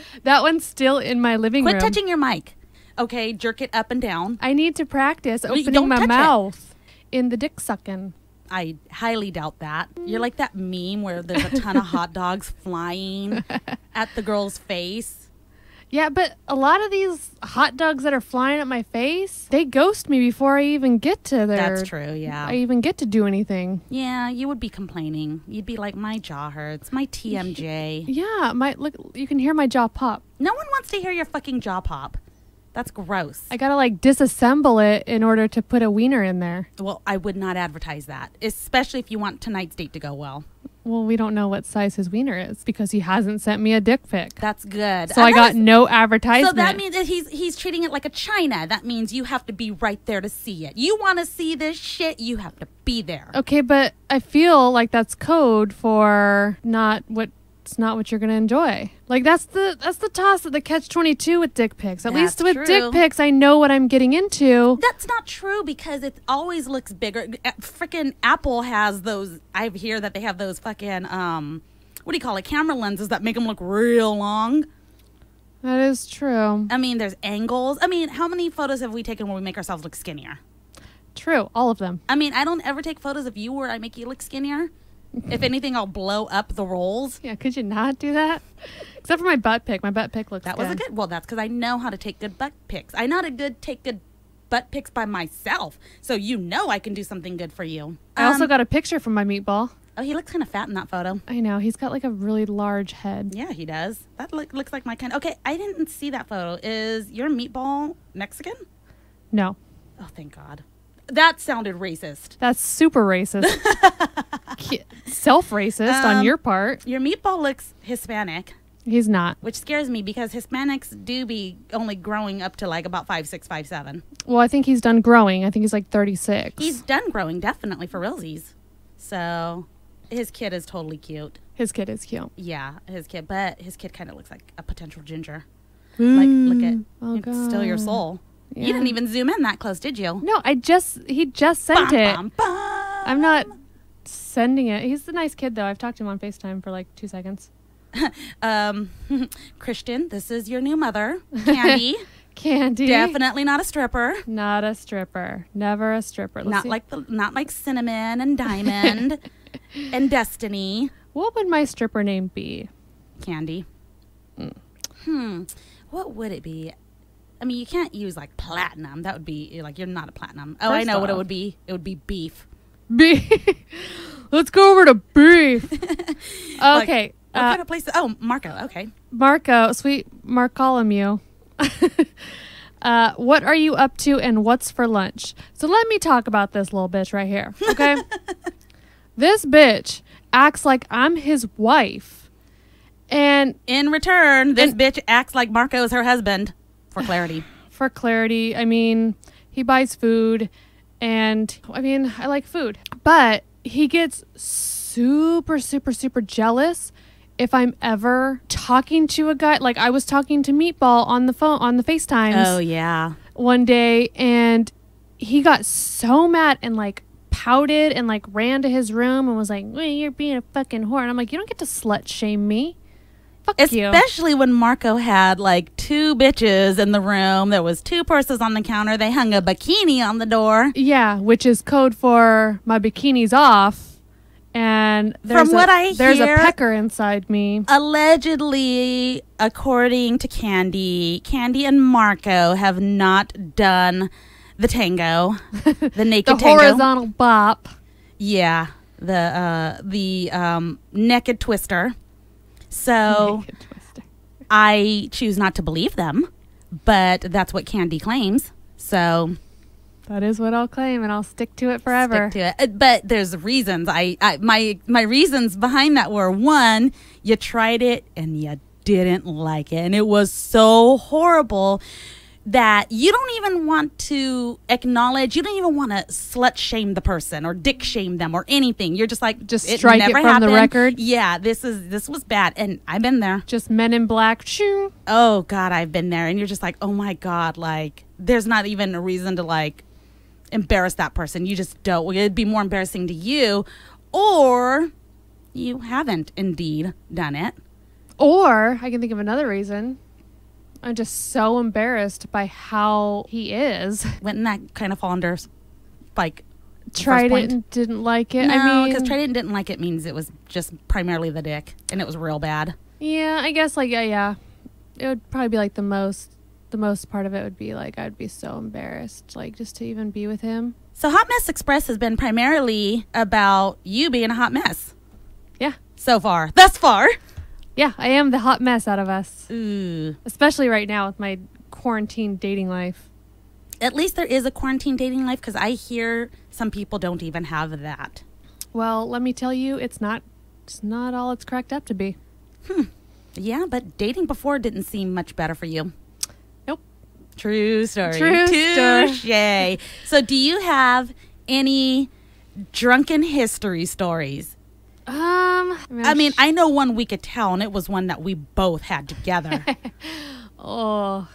[LAUGHS] that one's still in my living Quit room. touching your mic. Okay, jerk it up and down. I need to practice Well, you opening don't my touch it. mouth in the dick sucking. I highly doubt that. You're like that meme where there's a ton of [LAUGHS] hot dogs flying at the girl's face. Yeah, but a lot of these hot dogs that are flying at my face, they ghost me before I even get to their. That's true, yeah. I even get to do anything. yeah, you would be complaining. You'd be like, my jaw hurts, my TMJ. Yeah, my look. You can hear my jaw pop. No one wants to hear your fucking jaw pop. That's gross. I gotta like disassemble it in order to put a wiener in there. well, I would not advertise that, especially if you want tonight's date to go well. well, we don't know what size his wiener is because he hasn't sent me a dick pic. That's good. so I got Another- no advertisement. So that means that he's he's treating it like a china. That means you have to be right there to see it. You want to see this shit, you have to be there. okay, but I feel like that's code for not what it's not what you're gonna enjoy. Like that's the that's the toss of the catch twenty two with dick pics. At least That's with true. dick pics, I know what I'm getting into. That's not true because it always looks bigger. Freaking Apple has those. I hear that they have those fucking um, what do you call it? Camera lenses that make them look real long. That is true. I mean, there's angles. I mean, how many photos have we taken where we make ourselves look skinnier? True. All of them. I mean, I don't ever take photos of you where I make you look skinnier. If anything, I'll blow up the rolls. Yeah, could you not do that? Except for my butt pic. My butt pic looks That was a good. good. Well, that's because I know how to take good butt pics. I know how to good take good butt pics by myself. So you know I can do something good for you. I also Um, got a picture from my meatball. Oh, he looks kind of fat in that photo. I know he's got like a really large head. Yeah, he does. That look, looks like my kind. Okay, I didn't see that photo. Is your meatball Mexican? No, Oh, thank God. That sounded racist. that's super [LAUGHS] racist. Self racist Um, on your part. Your meatball looks Hispanic, He's not. which scares me because Hispanics do be only growing up to like about five, six, five, seven. Well, I think he's done growing. I think he's like 36. He's done growing, definitely for realsies. So, his kid is totally cute. His kid is cute. Yeah, his kid, but his kid kind of looks like a potential ginger. Like, look at Oh, it's still your God. soul. Yeah. You didn't even zoom in that close, did you? No, I just he just sent Bum, it. bum, bum. I'm not sending it. He's a nice kid though. I've talked to him on Facetime for like two seconds. [LAUGHS] Um, [LAUGHS] Christian, this is your [LAUGHS] new mother, Candy. Candy, Definitely not a stripper. not a stripper. Never a stripper. Let's not see. like the, not like Cinnamon and Diamond [LAUGHS] and Destiny. what would my stripper name be? [LAUGHS] Candy. Mm. Hmm. What would it be? I mean, you can't use like platinum. That would be like you're not a platinum. Oh, I First know what it off- would be. It would be beef. Beef. Let's go over to beef. [LAUGHS] Like, okay. What uh, kind of place? Oh, Marco. Okay. Marco, sweet Marcolomew. [LAUGHS] uh, what are you up to and what's for lunch? So let me talk about this little bitch right here, okay? this bitch acts like I'm his wife. And In return, this bitch acts like Marco is her husband. [LAUGHS] For clarity. for clarity, I mean, he buys food and I mean, I like food, but he gets super, super, super jealous if I'm ever talking to a guy. Like I was talking to Meatball on the phone, on the FaceTimes Oh, yeah. one day and he got so mad and like pouted and like ran to his room and was like, well, you're being a fucking whore. And I'm like, you don't get to slut shame me. Fuck you. Especially when Marco had like two bitches in the room. There was two purses on the counter. They hung a bikini on the door. Yeah, which is code for my bikini's off. And there's From a, what I there's hear- a pecker inside me. Allegedly, according to Candy, Candy and Marco have not done the tango, the The naked tango. horizontal bop. Yeah, the uh, the um, naked twister. So Naked twister. I choose not to believe them, but that's what Candy claims. So [LAUGHS] That is what I'll claim, and I'll stick to it forever. Stick to it. Uh, But there's reasons. I, I my my reasons behind that were one, you tried it and you didn't like it, and it was so horrible that you don't even want to acknowledge. You don't even want to slut shame the person or dick shame them or anything. You're just like Just strike it never from the happened. record. Yeah, this is this was bad, and I've been there Just men in black. Shoo. oh god i've been there and you're just like oh my god like there's not even a reason to like embarrass that person you just don't it'd be more embarrassing to you or you haven't indeed done it Or I can think of another reason. I'm just so embarrassed by how he [LAUGHS] is. wouldn't that kind of fall under like Tried it point? and didn't like it. no, I mean, because tried it and didn't like it means it was just primarily the dick and it was real bad Yeah, I guess like yeah, yeah. It would probably be like the most the most part of it would be like I'd be so embarrassed like just to even be with him. so hot mess express has been primarily about you being a hot mess Yeah. so far thus far Yeah, I am the hot mess out of us, Ooh. especially right now with my quarantine dating life. at least there is a quarantine dating life because I hear some people don't even have that. Well, let me tell you, it's not It's not all it's cracked up to be. Yeah, but dating before didn't seem much better for you. Nope. True story. True story. story. So, do you have any drunken history stories? Um, I mean, I mean, sh- I know one we could tell, and it was one that we both had [LAUGHS] together. oh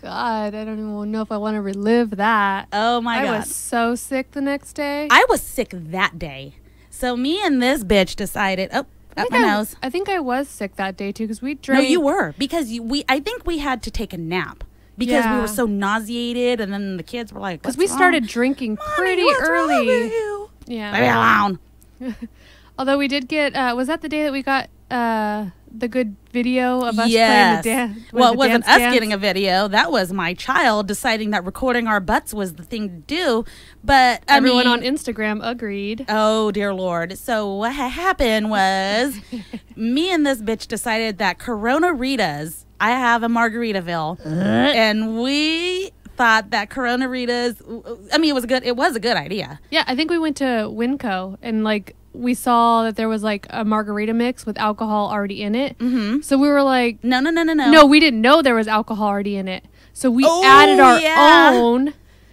God, I don't even know if I want to relive that. oh my I god, was so sick the next day. I was sick that day. So me and this bitch decided. Oh, up think my I- nose. I think I was sick that day too because we No, drank. you were because you, we. I think we had to take a nap because we Yeah. were so nauseated, and then the kids were like, because "What's we wrong? started drinking Mommy, pretty what's wrong early. with you? Leave me Yeah. alone. Although we did get, uh, was that the day that we got uh, the good video of us playing yes. the dance? well, it wasn't us getting a video. That was my child deciding that recording our butts was the thing to do. But I Everyone mean, on Instagram agreed. Oh dear lord. So what ha- happened was [LAUGHS] me and this bitch decided that Corona Ritas, I have a Margaritaville Uh-huh. and we thought that Corona Ritas I mean it was a good it was a good idea. Yeah, I think we went to Winco and like we saw that there was like a margarita mix with alcohol already in it. Mm-hmm. So we were like, No, no, no, no, no. no, we didn't know there was alcohol already in it. So we Oh, added our yeah. own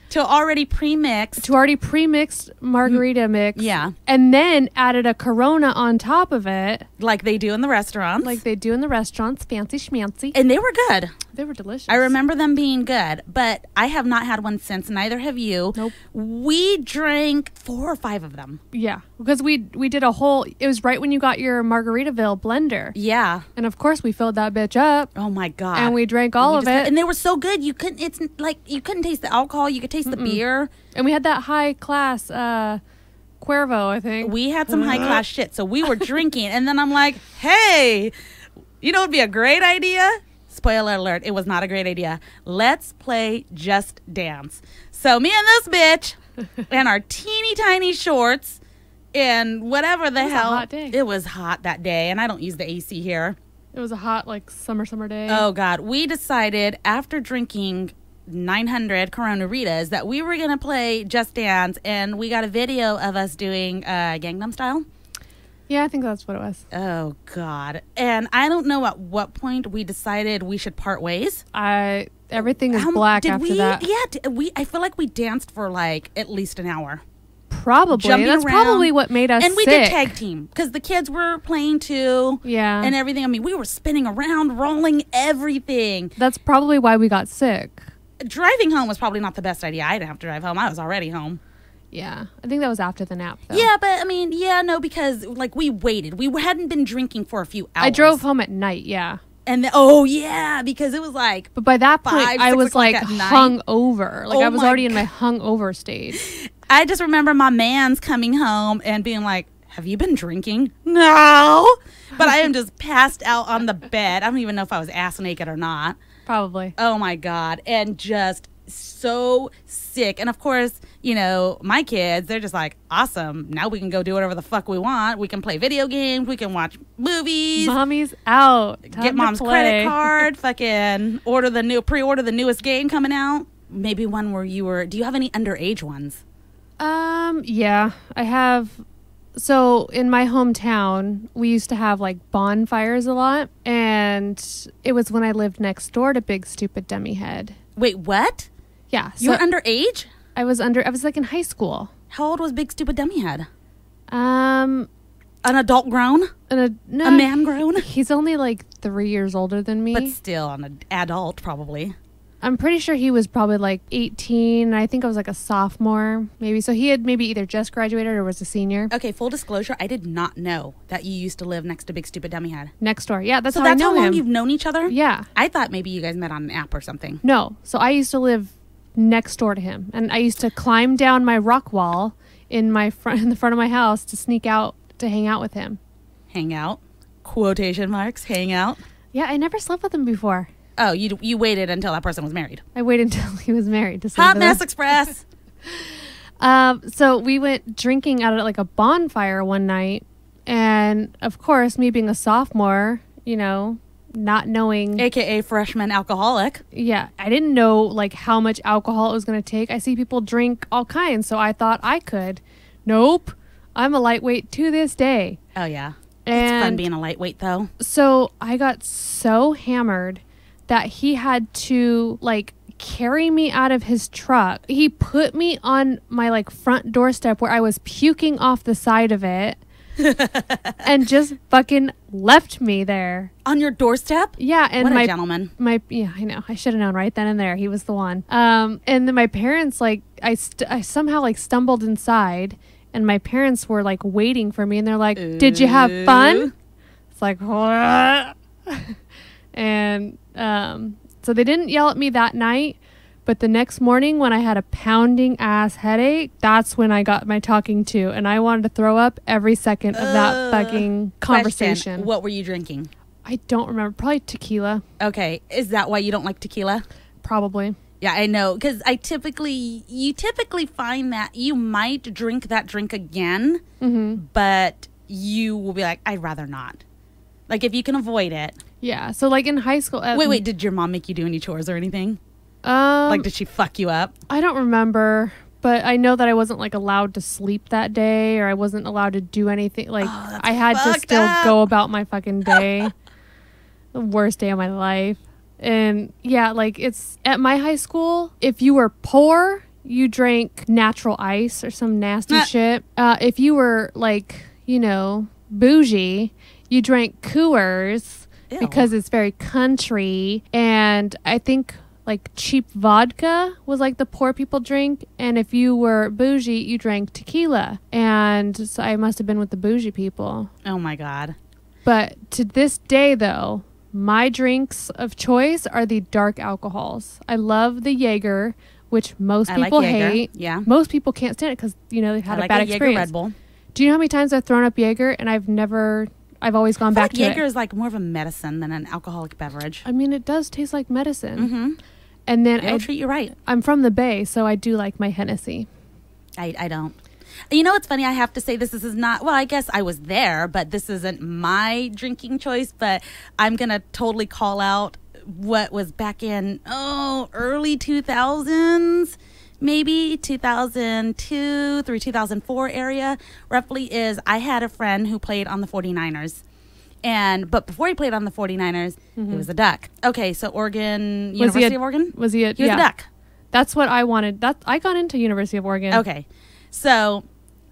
to already pre-mixed. to already pre-mixed margarita mix. yeah. and then added a Corona on top of it, like they do in the restaurants. like they do in the restaurants, fancy schmancy. and they were good. they were delicious. I remember them being good, but I have not had one since. Neither have you. Nope. We drank four or five of them. Yeah, because we we did a whole. It was right when you got your Margaritaville blender, Yeah. and of course we filled that bitch up, Oh my god. and we drank all You of just- it. and they were so good. You couldn't. It's n- like you couldn't taste the alcohol. You could taste the beer. And we had that high class uh Cuervo, I think. We had Mm-hmm. some high class shit, so we were drinking. And then I'm like, hey, you know, it'd be a great idea. Spoiler alert: It was not a great idea. Let's play Just Dance. So me and this [LAUGHS] bitch, and our teeny tiny shorts, and whatever the was a hell. hot day. It was hot that day, and I don't use the AC here. it was a hot like summer summer day. Oh God! We decided after drinking 900 Corona Ritas that we were gonna play Just Dance, and we got a video of us doing uh, Gangnam Style. Yeah, I think that's what it was. Oh God! And I don't know at what point we decided we should part ways. I everything is How m- black did after we, that. Yeah, d- we. I feel like we danced for like at least an hour. Probably. Jumping that's around. probably what made us and we sick. did tag team because the kids were playing too. Yeah. And everything. I mean, we were spinning around, rolling everything. that's probably why we got sick. driving home was probably not the best idea. I didn't have to drive home. I was already home. Yeah. I think that was after the nap though. Yeah, but I mean, yeah, no, because like we waited. We hadn't been drinking for a few hours. I drove home at night, yeah. and then, oh yeah, because it was like, But by that point, Five, I six was o'clock like at night. hung over. Like Oh I was my already in my hung over stage. I just remember my man's coming home and being like, "Have you been drinking?" No, but I am just passed out on the bed. I don't even know if I was ass naked or not. Probably. [LAUGHS] Oh my God. And just so sick. And of course, you know, my kids, they're just like, awesome. Now we can go do whatever the fuck we want. We can play video games. We can watch movies. Mommy's out. Time to get mom's play. [LAUGHS] credit card. fucking order the new, pre order the newest game coming out. Maybe one where you were, do you have any underage ones? Um, yeah, I have. So in my hometown, we used to have like bonfires a lot, and it was when I lived next door to Big Stupid Dummy Head. Wait, what? Yeah, so You were underage? I was under. I was like in high school. How old was Big Stupid Dummy Head? Um, An adult grown? and a no, A man grown? He's only like three years older than me. But still, an adult probably. I'm pretty sure he was probably like 18. And I think I was like a sophomore, maybe. So he had maybe either just graduated or was a senior Okay, full disclosure, I did not know that you used to live next to Big Stupid Dummy Head. next door. Yeah, that's So how that's I know how long him. you've known each other? yeah. I thought maybe you guys met on an app or something. No. So I used to live next door to him, and I used to climb down my rock wall in my front [LAUGHS] in the front of my house to sneak out to hang out with him. Hang out. Quotation marks, hang out. Yeah, I never slept with him before. Oh, you you waited until that person was married. I waited [LAUGHS] until he was married to sleep Hot with him. [LAUGHS] Mess Express. Um, so we went drinking out at like a bonfire one night, and of course, me being a sophomore, you know, not knowing AKA freshman alcoholic. Yeah, I didn't know like how much alcohol it was going to take. I see people drink all kinds, so I thought I could. Nope. I'm a lightweight to this day. Oh yeah. It's And fun being a lightweight though. so I got so hammered that he had to like carry me out of his truck. He put me on my like front doorstep where I was puking off the side of [LAUGHS] it and just fucking left me there. On your doorstep? Yeah, and what a my gentleman. my yeah i know i should have known right then and there he was the one um and then my parents like i st- i somehow like stumbled inside and my parents were like waiting for me and they're like did you have Ooh. fun it's like [LAUGHS] and um so they didn't yell at me that night but the next morning when i had a pounding ass headache that's when i got my talking to and i wanted to throw up every second of that Ugh. fucking conversation Question, what were you drinking? i don't remember probably tequila Okay, is that why you don't like tequila? probably Yeah, I know because I typically you typically find that you might drink that drink again, Mm-hmm. but you will be like, I'd rather not. Like if you can avoid it. Yeah. So like in high school. at- Wait, wait. Did your mom make you do any chores or anything? Um, Like, did she fuck you up? I don't remember, but I know that I wasn't like allowed to sleep that day, or I wasn't allowed to do anything. Like Oh, that's I had to fucked still up. go about my fucking [LAUGHS] day. the worst day of my life. And yeah, like it's at my high school. If you were poor, you drank natural ice or some nasty Ah. shit. Uh, if you were like you know bougie, you drank Coors. Ew. because it's very country and i think like cheap vodka was like the poor people drink and if you were bougie you drank tequila and so i must have been with the bougie people Oh my god. but to this day though my drinks of choice are the dark alcohols i love the jaeger which most I like people Jaeger. hate Yeah. most people can't stand it because you know they've had I a like bad a Jaeger experience Red Bull. do you know how many times i've thrown up jaeger and i've never i've always gone I feel back like to Jaeger it is like more of a medicine than an alcoholic beverage. i mean it does taste like medicine Mm-hmm. And then It'll I, treat you right. I'm from the Bay, so I do like my Hennessy. I, I don't. You know what's funny? I have to say this. This is not, well, I guess I was there, but this isn't my drinking choice. But I'm going to totally call out what was back in, oh, early 2000s, maybe 2002 through 2004 area, roughly, is I had a friend who played on the 49ers. And, but before he played on the 49ers, he was a duck. Okay, so Oregon, Mm-hmm. Was he University a- of Oregon? Was he a, He was yeah, a duck. That's what I wanted. That I got into University of Oregon. Okay. So,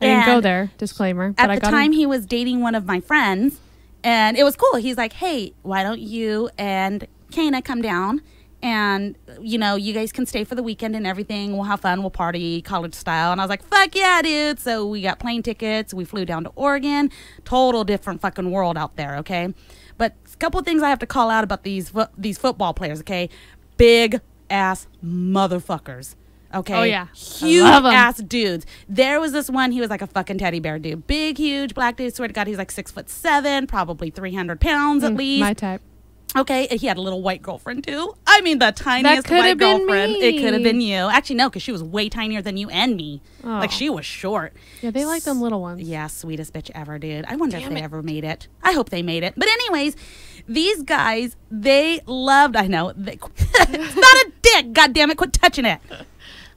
I didn't go and- there. Disclaimer. at but I the got time in- he was dating one of my friends and it was cool he's like hey why don't you and kana come down and you know you guys can stay for the weekend and everything we'll have fun we'll party college style and i was like fuck yeah dude so we got plane tickets we flew down to oregon total different fucking world out there okay but a couple of things i have to call out about these fo- these football players okay big ass motherfuckers okay Oh, yeah. I huge love 'em. ass ass dudes. There was this one, he was like a fucking teddy bear dude. Big, huge, black dude. Swear to God, he's like six foot seven, probably 300 pounds at least. Mm, my type. Okay, and he had a little white girlfriend too. I mean, the tiniest could white have been girlfriend. It could have me. been you. Actually, no, because she was way tinier than you and me. Oh. Like, she was short. Yeah, they like them little ones. Yeah, sweetest bitch ever, dude. I wonder if Damn they it. ever made it. I hope they made it. But anyways, these guys, they loved. I know. They, [LAUGHS] it's not a dick. God damn it! Quit touching it.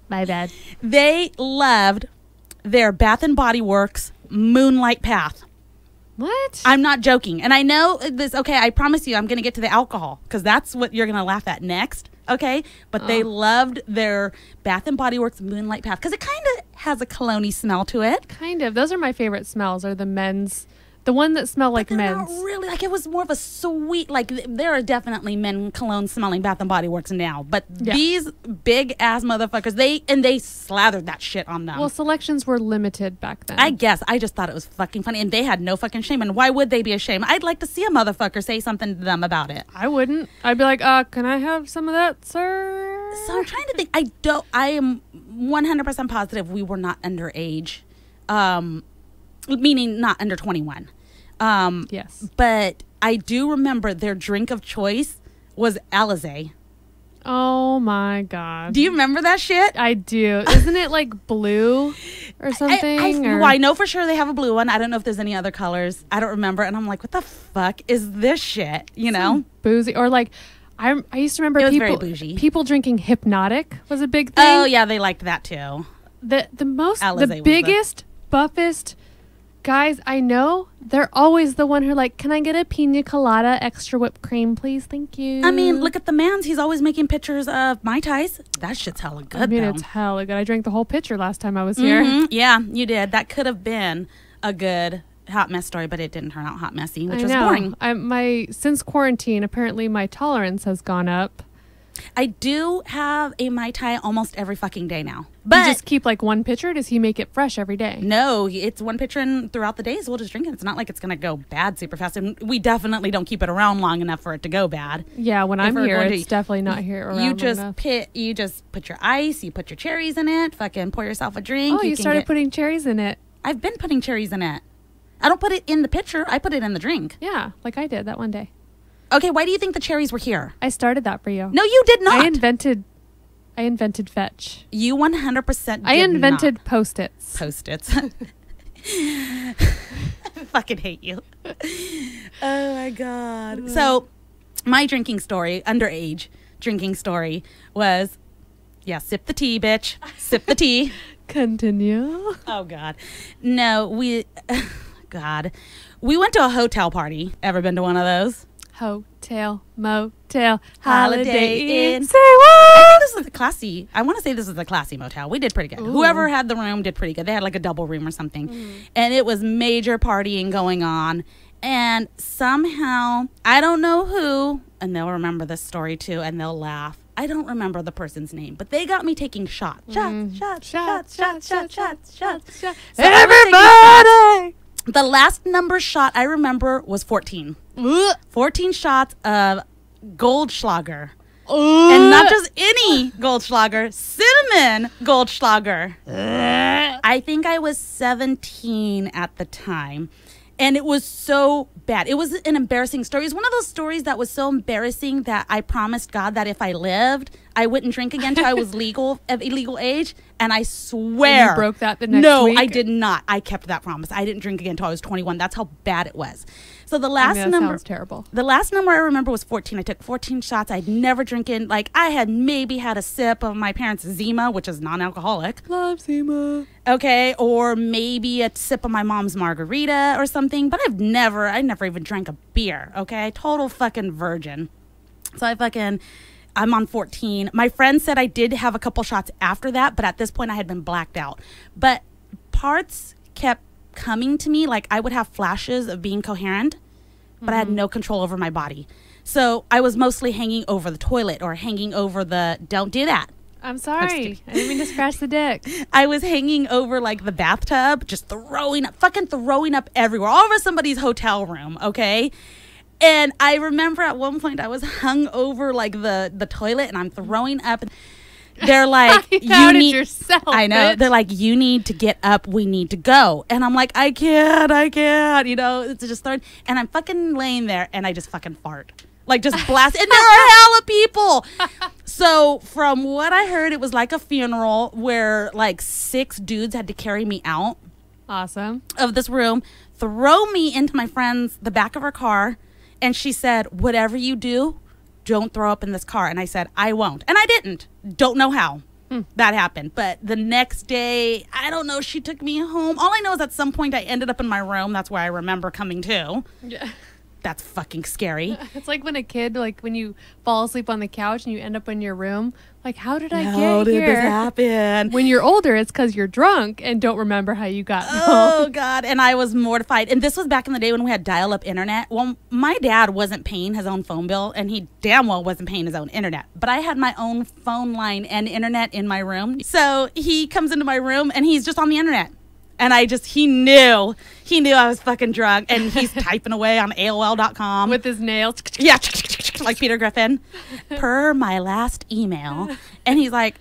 My bad. They loved their Bath and Body Works Moonlight Path. What? I'm not joking. And I know this, okay, I promise you, I'm going to get to the alcohol because that's what you're going to laugh at next, okay? But they Oh. loved their Bath and Body Works Moonlight Path because it kind of has a cologne smell to it. kind of. Those are my favorite smells. Are the men's, the one that smell like They're men's. Not really. Like it was more of a sweet. Like th- there are definitely men cologne smelling Bath and Body Works now, but Yeah. these big ass motherfuckers, they and they slathered that shit on them. well, selections were limited back then. I guess I just thought it was fucking funny, and they had no fucking shame. And why would they be ashamed? I'd like to see a motherfucker say something to them about it. I wouldn't. I'd be like, uh, can I have some of that, sir? So I'm trying to think. I don't. I am 100% positive we were not underage, um, meaning not under 21. Um, yes. But I do remember their drink of choice was Alizé. Oh my god. Do you remember that shit? I do. Isn't it like blue or I, something? I, or- well, I know for sure they have a blue one. I don't know if there's any other colors. I don't remember. And I'm like, what the fuck is this shit? You know? boozy or like I, I used to remember It was very people bougie. people drinking hypnotic was a big thing. Oh yeah, they liked that too. The the most Alizé was the the- biggest buffest guys I know, they're always the one who are like, can I get a pina colada, extra whipped cream, please? Thank you. I mean, look at the man's. He's always making pictures of my ties. That shit's hella good. I mean, though. it's hella good. I drank the whole pitcher last time I was here. Mhm. Yeah, you did. That could have been a good hot mess story, but it didn't turn out hot messy, which I was know. boring. I, my since quarantine, apparently my tolerance has gone up. I do have a mai tai almost every fucking day now, But but you just keep like one pitcher. Does he make it fresh every day? no, it's one pitcher, and throughout the days we'll just drink it. It's not like it's gonna go bad super fast, and we definitely don't keep it around long enough for it to go bad. Yeah, when If I'm we're here, going to- it's definitely not here. Around you long just enough. pit, you just put your ice, you put your cherries in it. Fucking pour yourself a drink. oh, you, can started get- putting cherries in it. I've been putting cherries in it. I don't put it in the pitcher. I put it in the drink. Yeah, like I did that one day. Okay, why do you think the cherries were here? I started that for you. No, you did not. I invented. I invented fetch. You 100% I invented post its. post its. [LAUGHS] fucking hate you. Oh my God. So, my drinking story, underage drinking story, was yeah, sip the tea, bitch. Sip the tea. Continue. [LAUGHS] oh God. No, we, [LAUGHS] God. We went to a hotel party. Ever been to one of those? Hotel, motel, Holiday holiday Inn. inn. Say what? This was a classy. I want to say this was a classy motel. We did pretty good. Whoever had the room did pretty good. They had like a double room or something, Mm-hmm. and it was major partying going on. And somehow, I don't know who, and they'll remember this story too, and they'll laugh. I don't remember the person's name, but they got me taking shots, shots, Mm-hmm. shots, shots, shots, shots, shots, shots. So I Everybody. The last number shot I remember was fourteen. Ugh. 14 shots of Goldschlager. And And not just any Goldschlager, cinnamon Goldschlager. I think I was 17 at the time. And it was so bad. It was an embarrassing story. It was one of those stories that was so embarrassing that I promised God that if I lived, I wouldn't drink again till [LAUGHS] I was legal of illegal age. And I swear, broke that the next no, week? I did not. I kept that promise. I didn't drink again until I was 21. That's how bad it was. So the last that number, sounds terrible. the last number I remember was 14. I took 14 shots. I'd never drinking. Like I had maybe had a sip of my parents' Zima, which is non-alcoholic. Love Zima. Okay, or maybe a sip of my mom's margarita or something. But I've never, I never even drank a beer. Okay, total fucking virgin. So I fucking, I'm on 14. My friend said I did have a couple shots after that, but at this point I had been blacked out. But parts kept coming to me. Like I would have flashes of being coherent, but I had no control over my body. So I was mostly hanging over the toilet or hanging over the don't do that. I'm kidding. sorry. I didn't mean to scratch the [LAUGHS] dick. I was hanging over like the bathtub, just throwing up, fucking throwing up everywhere, all over somebody's hotel room, okay? And I remember at one point I was hung over like the the toilet and I'm throwing up. [LAUGHS] They're like, You you outed need yourself, I know. bitch. They're like, you need to get up. We need to go. And I'm like, I can't. I can't. You know, it's just third. And I'm fucking laying there and I just fucking fart. Like, just blast. and [LAUGHS] there are hella people. So, from what I heard, it was like a funeral where like six dudes had to carry me out Awesome. of this room, throw me into my friend's the back of her car, and she said, "Whatever you do, don't throw up in this car." And I said, "I won't," and I didn't. Don't know how that happened, but the next day, I don't know. She took me home. All I know is at some point I ended up in my room. That's where I remember coming to. Yeah. That's fucking scary. [LAUGHS] It's like when a kid, like when you fall asleep on the couch and you end up in your room. Like, how did I How get did here? this happen? When you're older, it's because you're drunk and don't remember how you [LAUGHS] got home. Oh God! And I was mortified. And this was back in the day when we had dial-up internet. Well, my dad wasn't paying his own phone bill, and he damn well wasn't paying his own internet. But I had my own phone line and internet in my room. So he comes into my room, and he's just on the internet. And I just, he knew, he knew I was fucking drunk, and he's typing away on AOL.com. [LAUGHS] With his nails. Yeah, [LAUGHS] like Peter Griffin, per my last email. And he's like,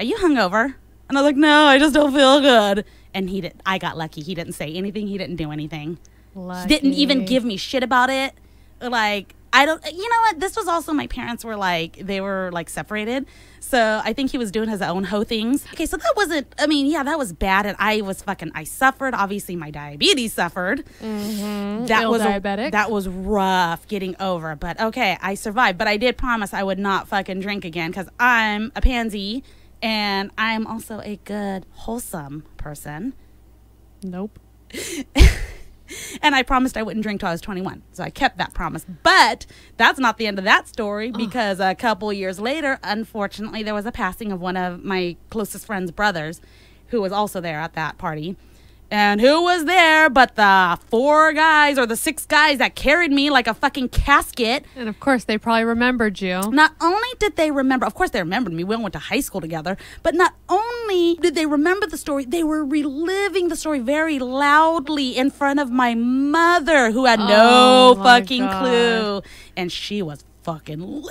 Are you hungover? And I was like, No, I just don't feel good. And he did. I got lucky. He didn't say anything. He didn't do anything. He didn't even Lucky. give me shit about it. Like, I don't, you know what? This was also my parents were like, they were like separated. So I think he was doing his own hoe things. Okay, so that wasn't, I mean, yeah, that was bad. And I was fucking, I suffered. Obviously, my diabetes suffered that Mm-hmm. Ill was a- diabetic. that was rough getting over, but okay, I survived. But I did promise I would not fucking drink again because I'm a pansy and I'm also a good wholesome person. Nope. and I promised I wouldn't drink till I was 21. So I kept that promise. But that's not the end of that story because a couple years later, unfortunately, there was a passing of one of my closest friend's brothers who was also there at that party. And who was there but the four guys or the six guys that carried me like a fucking casket? And of course, they probably remembered you. Not only did they remember, of course, they remembered me. We all went to high school together. But not only did they remember the story, they were reliving the story very loudly in front of my mother, who had Oh, no my fucking God. clue. And she was fucking livid.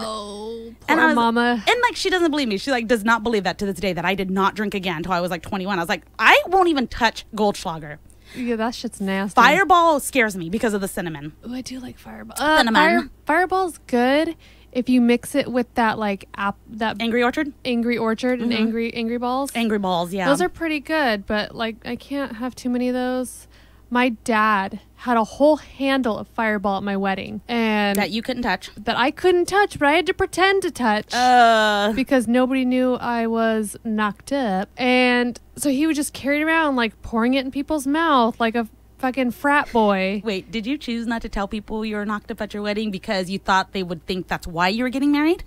Oh, And I was- mama. And like she doesn't believe me. She like does not believe that to this day that I did not drink again until I was like 21. I was like, I won't even touch Goldschlager. Yeah, that shit's nasty. Fireball scares me because of the cinnamon. Ooh, Oh, I do like fireball. Uh, Cinnamon. fire, fireball's good if you mix it with that like app that Angry Orchard? angry orchard and angry angry balls. mm-hmm. Angry balls, yeah. Those are pretty good, but like I can't have too many of those. My dad had a whole handle of fireball at my wedding, and that you couldn't touch. that I couldn't touch, but I had to pretend to touch Uh because nobody knew I was knocked up. And so he would just carry it around, like pouring it in people's mouth, like a fucking frat boy. Wait, did you choose not to tell people you were knocked up at your wedding because you thought they would think that's why you were getting married?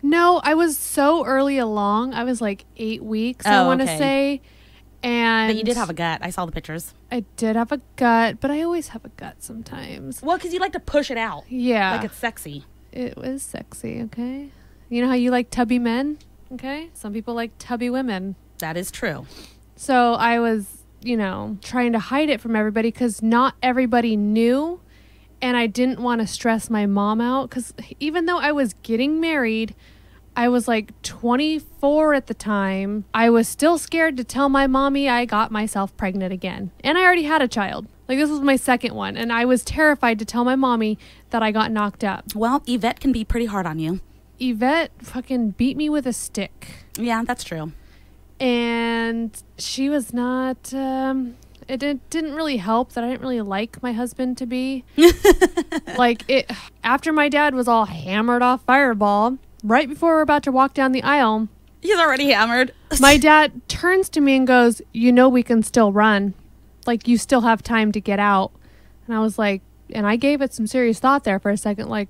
No, I was so early along. I was like eight weeks, I Oh, want to okay. say. And But you did have a gut. I saw the pictures. I did have a gut, but I always have a gut sometimes. Well, because you like to push it out. Yeah, Like it's sexy. it was sexy. Okay, you know how you like tubby men. Okay, some people like tubby women. That is true. So I was, you know, trying to hide it from everybody because not everybody knew. And I didn't want to stress my mom out because even though I was getting married, I was like 24 at the time. I was still scared to tell my mommy I got myself pregnant again. And I already had a child. Like, this was my second one. And I was terrified to tell my mommy that I got knocked up. Well, Yvette can be pretty hard on you. Yvette fucking beat me with a stick. Yeah, that's true. and she was not um it didn't, didn't really help that I didn't really like my husband to be like it after my dad was all hammered off fireball right before we're about to walk down the aisle He's already hammered. my dad turns to me and goes you know we can still run like you still have time to get out and I was like and I gave it some serious thought there for a second like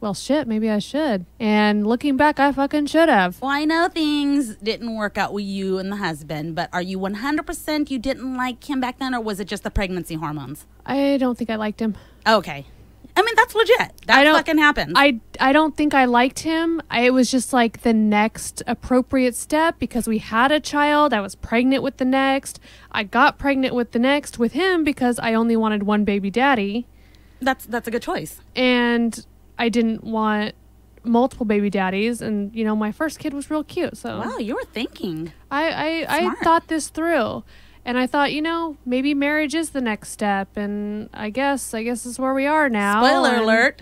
well shit maybe I should and looking back I fucking should have Well, I know things didn't work out with you and the husband, but are you 100% you didn't like him back then, or was it just the pregnancy hormones? I don't think I liked him Okay. I mean, that's legit. That I don't- fucking happens. I I don't think I liked him. I, it was just like the next appropriate step because we had a child. I was pregnant with the next. I got pregnant with the next with him because I only wanted one baby daddy that's that's a good choice. and I didn't want multiple baby daddies and you know my first kid was real cute. So Wow, you were thinking. I I, I Smart. thought this through. And I thought, you know, maybe marriage is the next step, and I guess, I guess this is where we are now. Spoiler and- alert.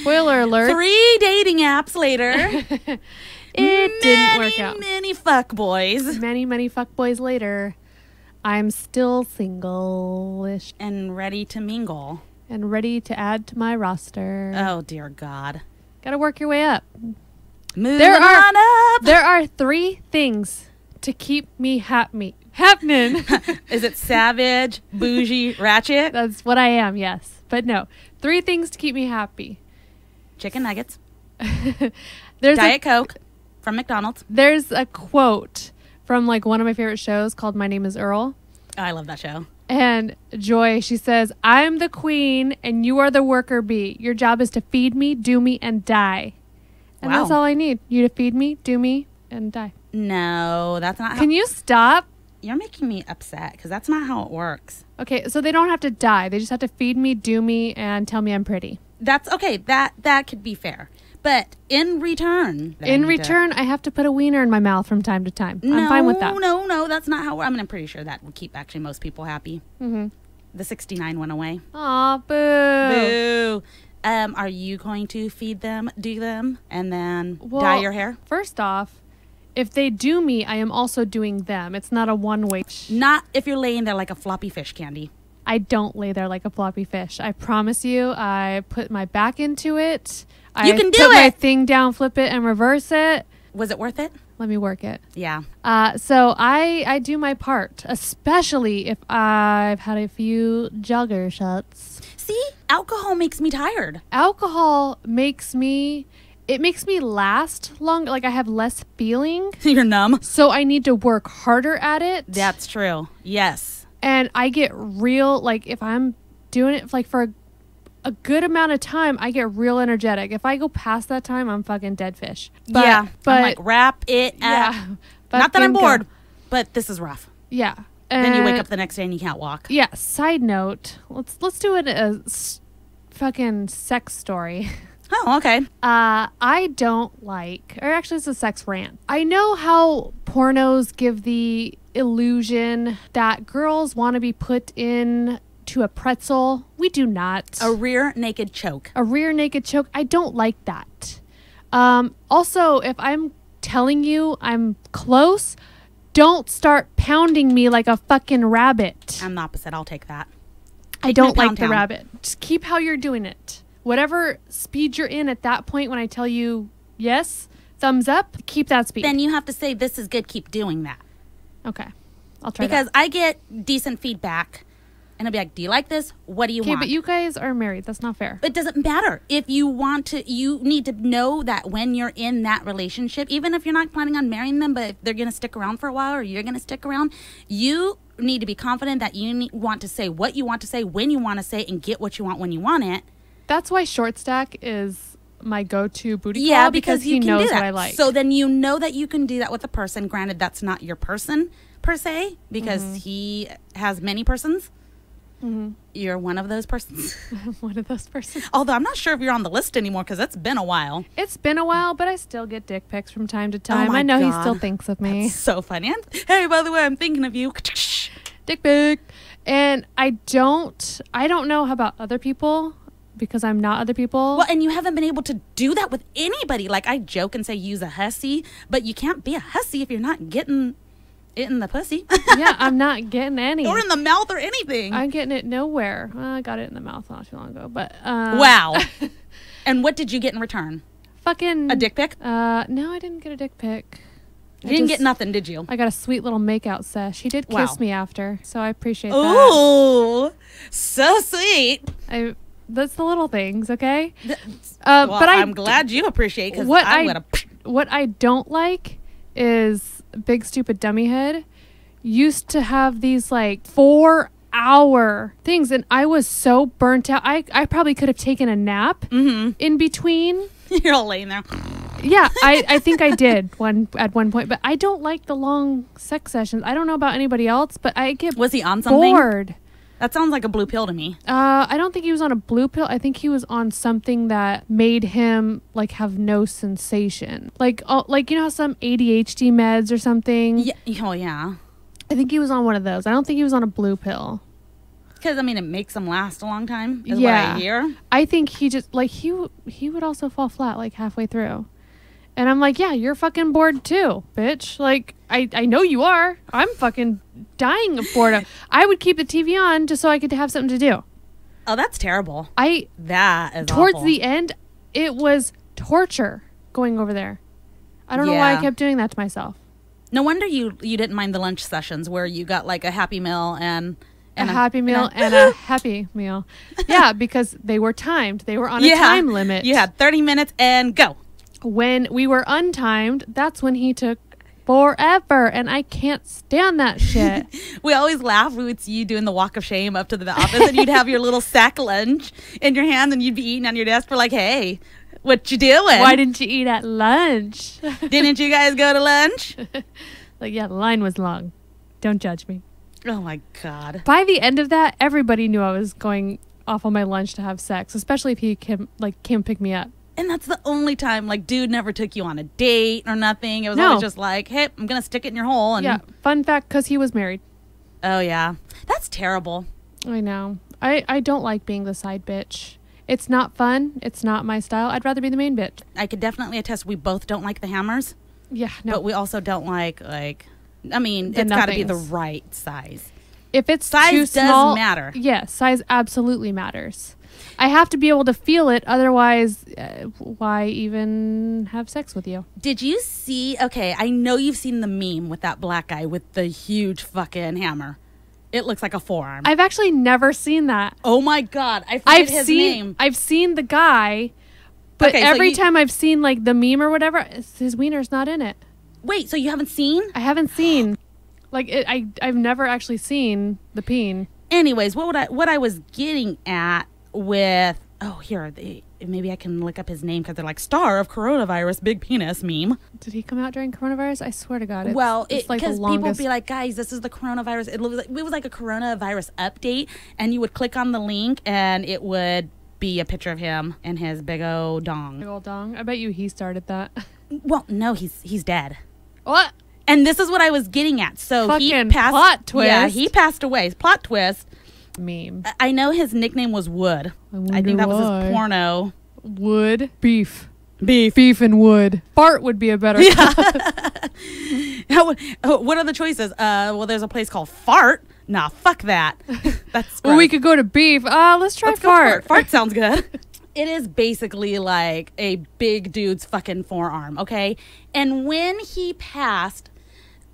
Spoiler alert! Three dating apps later. [LAUGHS] it didn't work out. Many fuck boys. many many fuckboys later i'm still single-ish And ready to mingle. and ready to add to my roster Oh dear God. gotta work your way up Moving There are- on up. there are three things to keep me happy happening [LAUGHS] Is it savage, bougie, ratchet? that's what i am yes but no three things to keep me happy [LAUGHS] Chicken nuggets. there's a, Diet Coke from McDonald's. there's a quote from like one of my favorite shows called my name is earl Oh, I love that show. And Joy, she says, I'm the queen and you are the worker bee. Your job is to feed me, do me, and die. And Wow. that's all I need. You to feed me, do me, and die. No, that's not how Can you stop? you're making me upset because that's not how it works. Okay, so they don't have to die. They just have to feed me, do me, and tell me I'm pretty. That's okay. That that could be fair. But in return, in return, I have to put a wiener in my mouth from time to time. I'm fine with that. No, no, that's not how. I mean, I'm pretty sure that would keep actually most people happy. Mhm. The 69 went away. Aw, boo. Boo. Um, are you going to feed them, do them, and then dye Well- your hair? First off, if they do me, I am also doing them. It's not a one way. Not if you're laying there like a floppy fish candy. I don't lay there like a floppy fish. I promise you. I put my back into it. I You can do put my it! thing down, flip it, and reverse it. Was it worth it? Let me work it. Yeah. Uh, so I I do my part, especially if I've had a few jogger shots. See, alcohol makes me tired. [LAUGHS] Alcohol makes me it makes me last longer. Like I have less feeling, You're numb. so I need to work harder at it. That's true. Yes. and I get real like if I'm doing it like for a, a good amount of time, I get real energetic. If I go past that time, I'm fucking dead fish. But, yeah. but I'm like, wrap it [LAUGHS] yeah, up. but Not that I'm bingo. bored, but this is rough. Yeah. then you wake And- up the next day and you can't walk. Yeah. Side note, let's let's do it a s- fucking sex story. [LAUGHS] Oh, okay. Uh, I don't like, or actually, it's a sex rant. I know how pornos give the illusion that girls want to be put in to a pretzel. We do not. A rear naked choke. a rear naked choke. I don't like that. Um, also, if I'm telling you I'm close, don't start pounding me like a fucking rabbit. I'm the opposite. I'll take that. I don't my like pound the town. rabbit. Just keep how you're doing it. Whatever speed you're in at that point when I tell you yes, thumbs up, keep that speed. Then you have to say, this is good. Keep doing that. okay. I'll try Because I get decent feedback and I'll be like, do you like this? What do you Okay, want? but you guys are married. That's not fair. it doesn't matter if you want to you need to know that when you're in that relationship even if you're not planning on marrying them but if they're going to stick around for a while or you're going to stick around you need to be confident that you ne- want to say what you want to say when you want to say and get what you want when you want it That's why short stack is my go-to booty yeah call because, because you he can knows do that what I like. so then you know that you can do that with a person granted that's not your person per se because Mm-hmm. he has many persons you're one of those persons [LAUGHS] I'm Mm-hmm. [LAUGHS] one of those persons. although i'm not sure if you're on the list anymore because it's been a while It's been a while, but I still get dick pics from time to time. Oh my I know he God. still thinks of me. So funny. [LAUGHS] And- Hey, by the way, I'm thinking of [LAUGHS] you. dick pic. And I don't I don't know about other people because I'm not other people. Well, and you haven't been able to do that with anybody. Like I joke and say use a hussy, but you can't be a hussy if you're not getting it in the pussy [LAUGHS] yeah, I'm not getting any. or in the mouth or anything. I'm getting it nowhere. Well, I got it in the mouth not too long ago, but um, [LAUGHS] wow. and what did you get in return? fucking A dick pic? Uh, no, I didn't get a dick pic. You didn't get just- nothing, did you? I got a sweet little makeout sesh. He did kiss Wow. me after, so I appreciate that. Ooh, Oh, so sweet. I, that's the little things, okay? Th- Uh, well, but I I'm glad you appreciate because what I I- would have. what I don't like is Big Stupid Dummy Head used to have these like four hour things and I was so burnt out. I, I probably could have taken a nap Mm-hmm. in between. [LAUGHS] You're all laying there. Yeah, I, I think I did [LAUGHS] one at one point, but I don't like the long sex sessions. I don't know about anybody else, but I get Was he on something? bored. That sounds like a blue pill to me. Uh, I don't think he was on a blue pill. I think he was on something that made him like have no sensation, like oh, like you know how some ADHD meds or something. Yeah. Oh yeah. I think he was on one of those. I don't think he was on a blue pill. Because I mean, it makes them last a long time. Is what Yeah. I hear. I think he just like he w- he would also fall flat like halfway through, and I'm like, yeah, you're fucking bored too, bitch. Like I I know you are. I'm fucking dying of boredom. I would keep the TV on just so I could have something to do. Oh, that's terrible. I That is towards awful. the end, it was torture going over there. I don't know why Yeah. I kept doing that to myself. No wonder you you didn't mind the lunch sessions where you got like a happy meal and and a happy meal and [LAUGHS] a happy meal. Yeah, because they were timed. They were on a [LAUGHS] Yeah. time limit. You had thirty minutes and go. When we were untimed, that's when he took forever and I can't stand [LAUGHS] that shit. We always laugh. It's you doing the walk of shame up to the office, and you'd have your [LAUGHS] little sack lunch in your hand, and you'd be eating on your desk. We're like, "Hey, what you doing? why didn't you eat at lunch? [LAUGHS] didn't you guys go to lunch?" like yeah, the line was long. Don't judge me. oh my god! By the end of that, everybody knew I was going off on my lunch to have sex, especially if he came like came pick me up. And that's the only time, like, dude never took you on a date or nothing. It was No. always just like, "Hey, I'm gonna stick it in your hole." And Yeah. Fun fact, because he was married. Oh yeah, that's terrible. I know. I, I don't like being the side bitch. It's not fun. It's not my style. I'd rather be the main bitch. I could definitely attest we both don't like the hammers, Yeah, no. but we also don't like like. I mean, it's got to be the nothings. right size. if it's size too does small, matter. Yeah, size absolutely matters. I have to be able to feel it. Otherwise, uh, why even have sex with you? Did you see? Okay, I know you've seen the meme with that black guy with the huge fucking hammer. It looks like a forearm. I've actually never seen that. oh my god, I forget I've his seen name. I've seen the guy, but Okay, so every you- time I've seen like the meme or whatever, it's- his wiener's not in it. Wait, so you haven't seen? I haven't seen. Like it, I, I've never actually seen the peen. Anyways, what would I what I was getting at with? Oh, here they, maybe I can look up his name because they're like star of coronavirus big penis meme. Did he come out during coronavirus? I swear to God. It's, well, it's it, like the because people longest. be like, guys, this is the coronavirus. It was like, it was like a coronavirus update, and you would click on the link, and it would be a picture of him and his big o Big dong. old dong. I bet you he started that. [LAUGHS] Well, no, he's he's dead. what? And this is what I was getting at. So he Fucking passed. plot twist. Yeah, he passed away. Plot twist. Meme. I- I know his nickname was Wood. I I wonder think that was why. his porno. Wood. Beef. [LAUGHS] Beef. Beef and wood. Bart would be a better. what are the choices? Uh, well, there's a place called Fart. Nah, [LAUGHS] fuck that. That's Well, [LAUGHS] we gross. could go to beef. Uh, let's try Let's go fart. fart. Fart sounds good. [LAUGHS] It is basically like a big dude's fucking forearm, okay? And when he passed,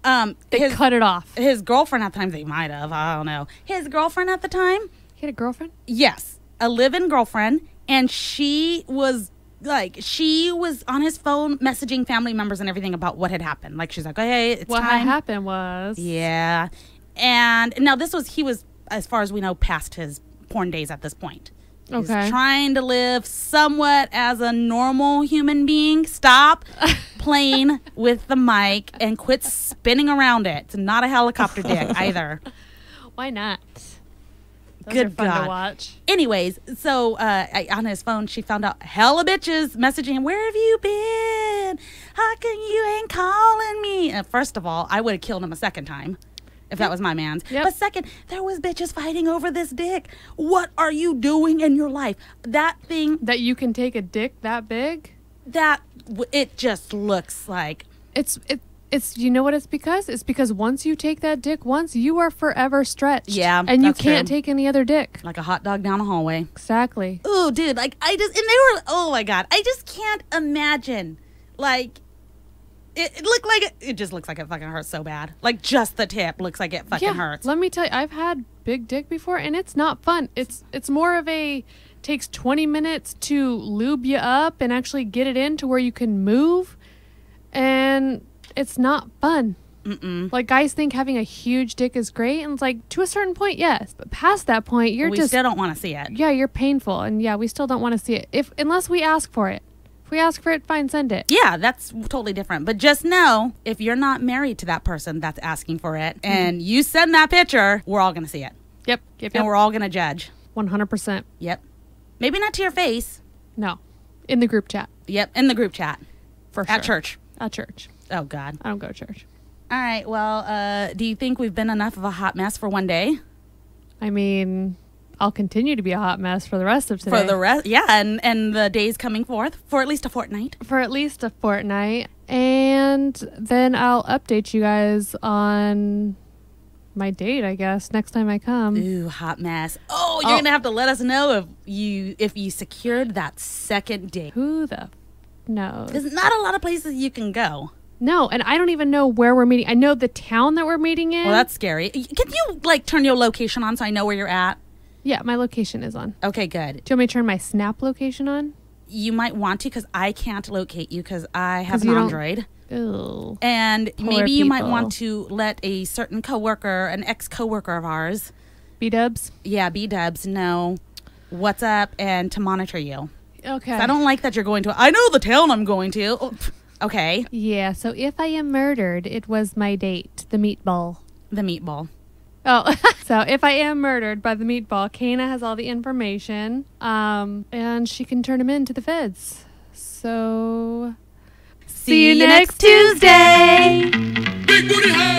um, They his, cut it off. He his girlfriend at the time, they might have, I don't know. His girlfriend at the time, had a girlfriend. yes, a live in girlfriend, and she was like, she was on his phone messaging family members and everything about what had happened. Like, she's like, hey, it's What time. happened was. Yeah. And now this was he was as far as we know past his porn days at this point. Okay. He's trying to live somewhat as a normal human [LAUGHS] being. Stop playing with the mic and quit spinning around it. It's not a [LAUGHS] helicopter dick either. Why not? Those Good are fun God. to watch. Anyways, so uh, I- on his phone, she found out hella bitches messaging him, Where have you been? How come you ain't calling me? And first of all, I would have killed him a second time if that was my man's. Yep. But second, there was bitches fighting over this dick. What are you doing in your life? That thing, That you can take a dick that big. that, w- it just looks like. It's it. It's you know what it's because it's because once you take that dick once you are forever stretched Yeah, and you that's true. can't take any other dick Like a hot dog down a hallway. exactly Oh, dude, like I just and they were oh my god, I just can't imagine. Like it, it looked like it, it just looks like it fucking hurts so bad. Like just the tip looks like it fucking hurts. Let me tell you, I've had big dick before, and it's not fun. It's it's more of a takes twenty minutes to lube you up and actually get it in to where you can move, and it's not fun. Mm-mm. Like guys think having a huge dick is great, and it's like to a certain point, yes, but past that point, you're we just still don't want to see it. yeah, you're painful, and yeah, we still don't want to see it if unless we ask for it. If we ask for it, fine, send it. Yeah, that's totally different. But just know if you're not married to that person that's asking for it Mm-hmm. and you send that picture, we're all going to see it Yep, yep, and we're all going to judge. one hundred percent. Yep. Maybe not to your face. No, in the group chat Yep, in the group chat for at sure. church. At church, Oh god. I don't go to church. All right. Well, uh, do you think we've been enough of a hot mess for one day? I mean, I'll continue to be a hot mess for the rest of today. for the rest yeah and and the days coming forth for at least a fortnight for at least a fortnight. And then I'll update you guys on my date, I guess, next time I come. ooh hot mess oh you're Oh. gonna have to let us know if you if you secured that second date Who the f- knows? there's not a lot of places you can go No, and I don't even know where we're meeting. I know the town that we're meeting in. well that's scary Y- can you like turn your location on so i know where you're at yeah, my location is on. okay good Do you want me to turn my Snap location on? you might want to because i can't locate you because i have 'Cause an you don't- android Ew. and maybe you might people. want to let a certain coworker an ex-coworker of ours B dubs. yeah b-dubs know what's up and to monitor you Okay. I don't like that you're going to. I know the town I'm going to. Oh, pff, Okay, yeah, so if I am murdered, it was my date, the meatball. the meatball. Oh, [LAUGHS] so if I am murdered by the meatball, Kana has all the information, um, and she can turn him in to the feds. So, See you next Tuesday. Big booty head.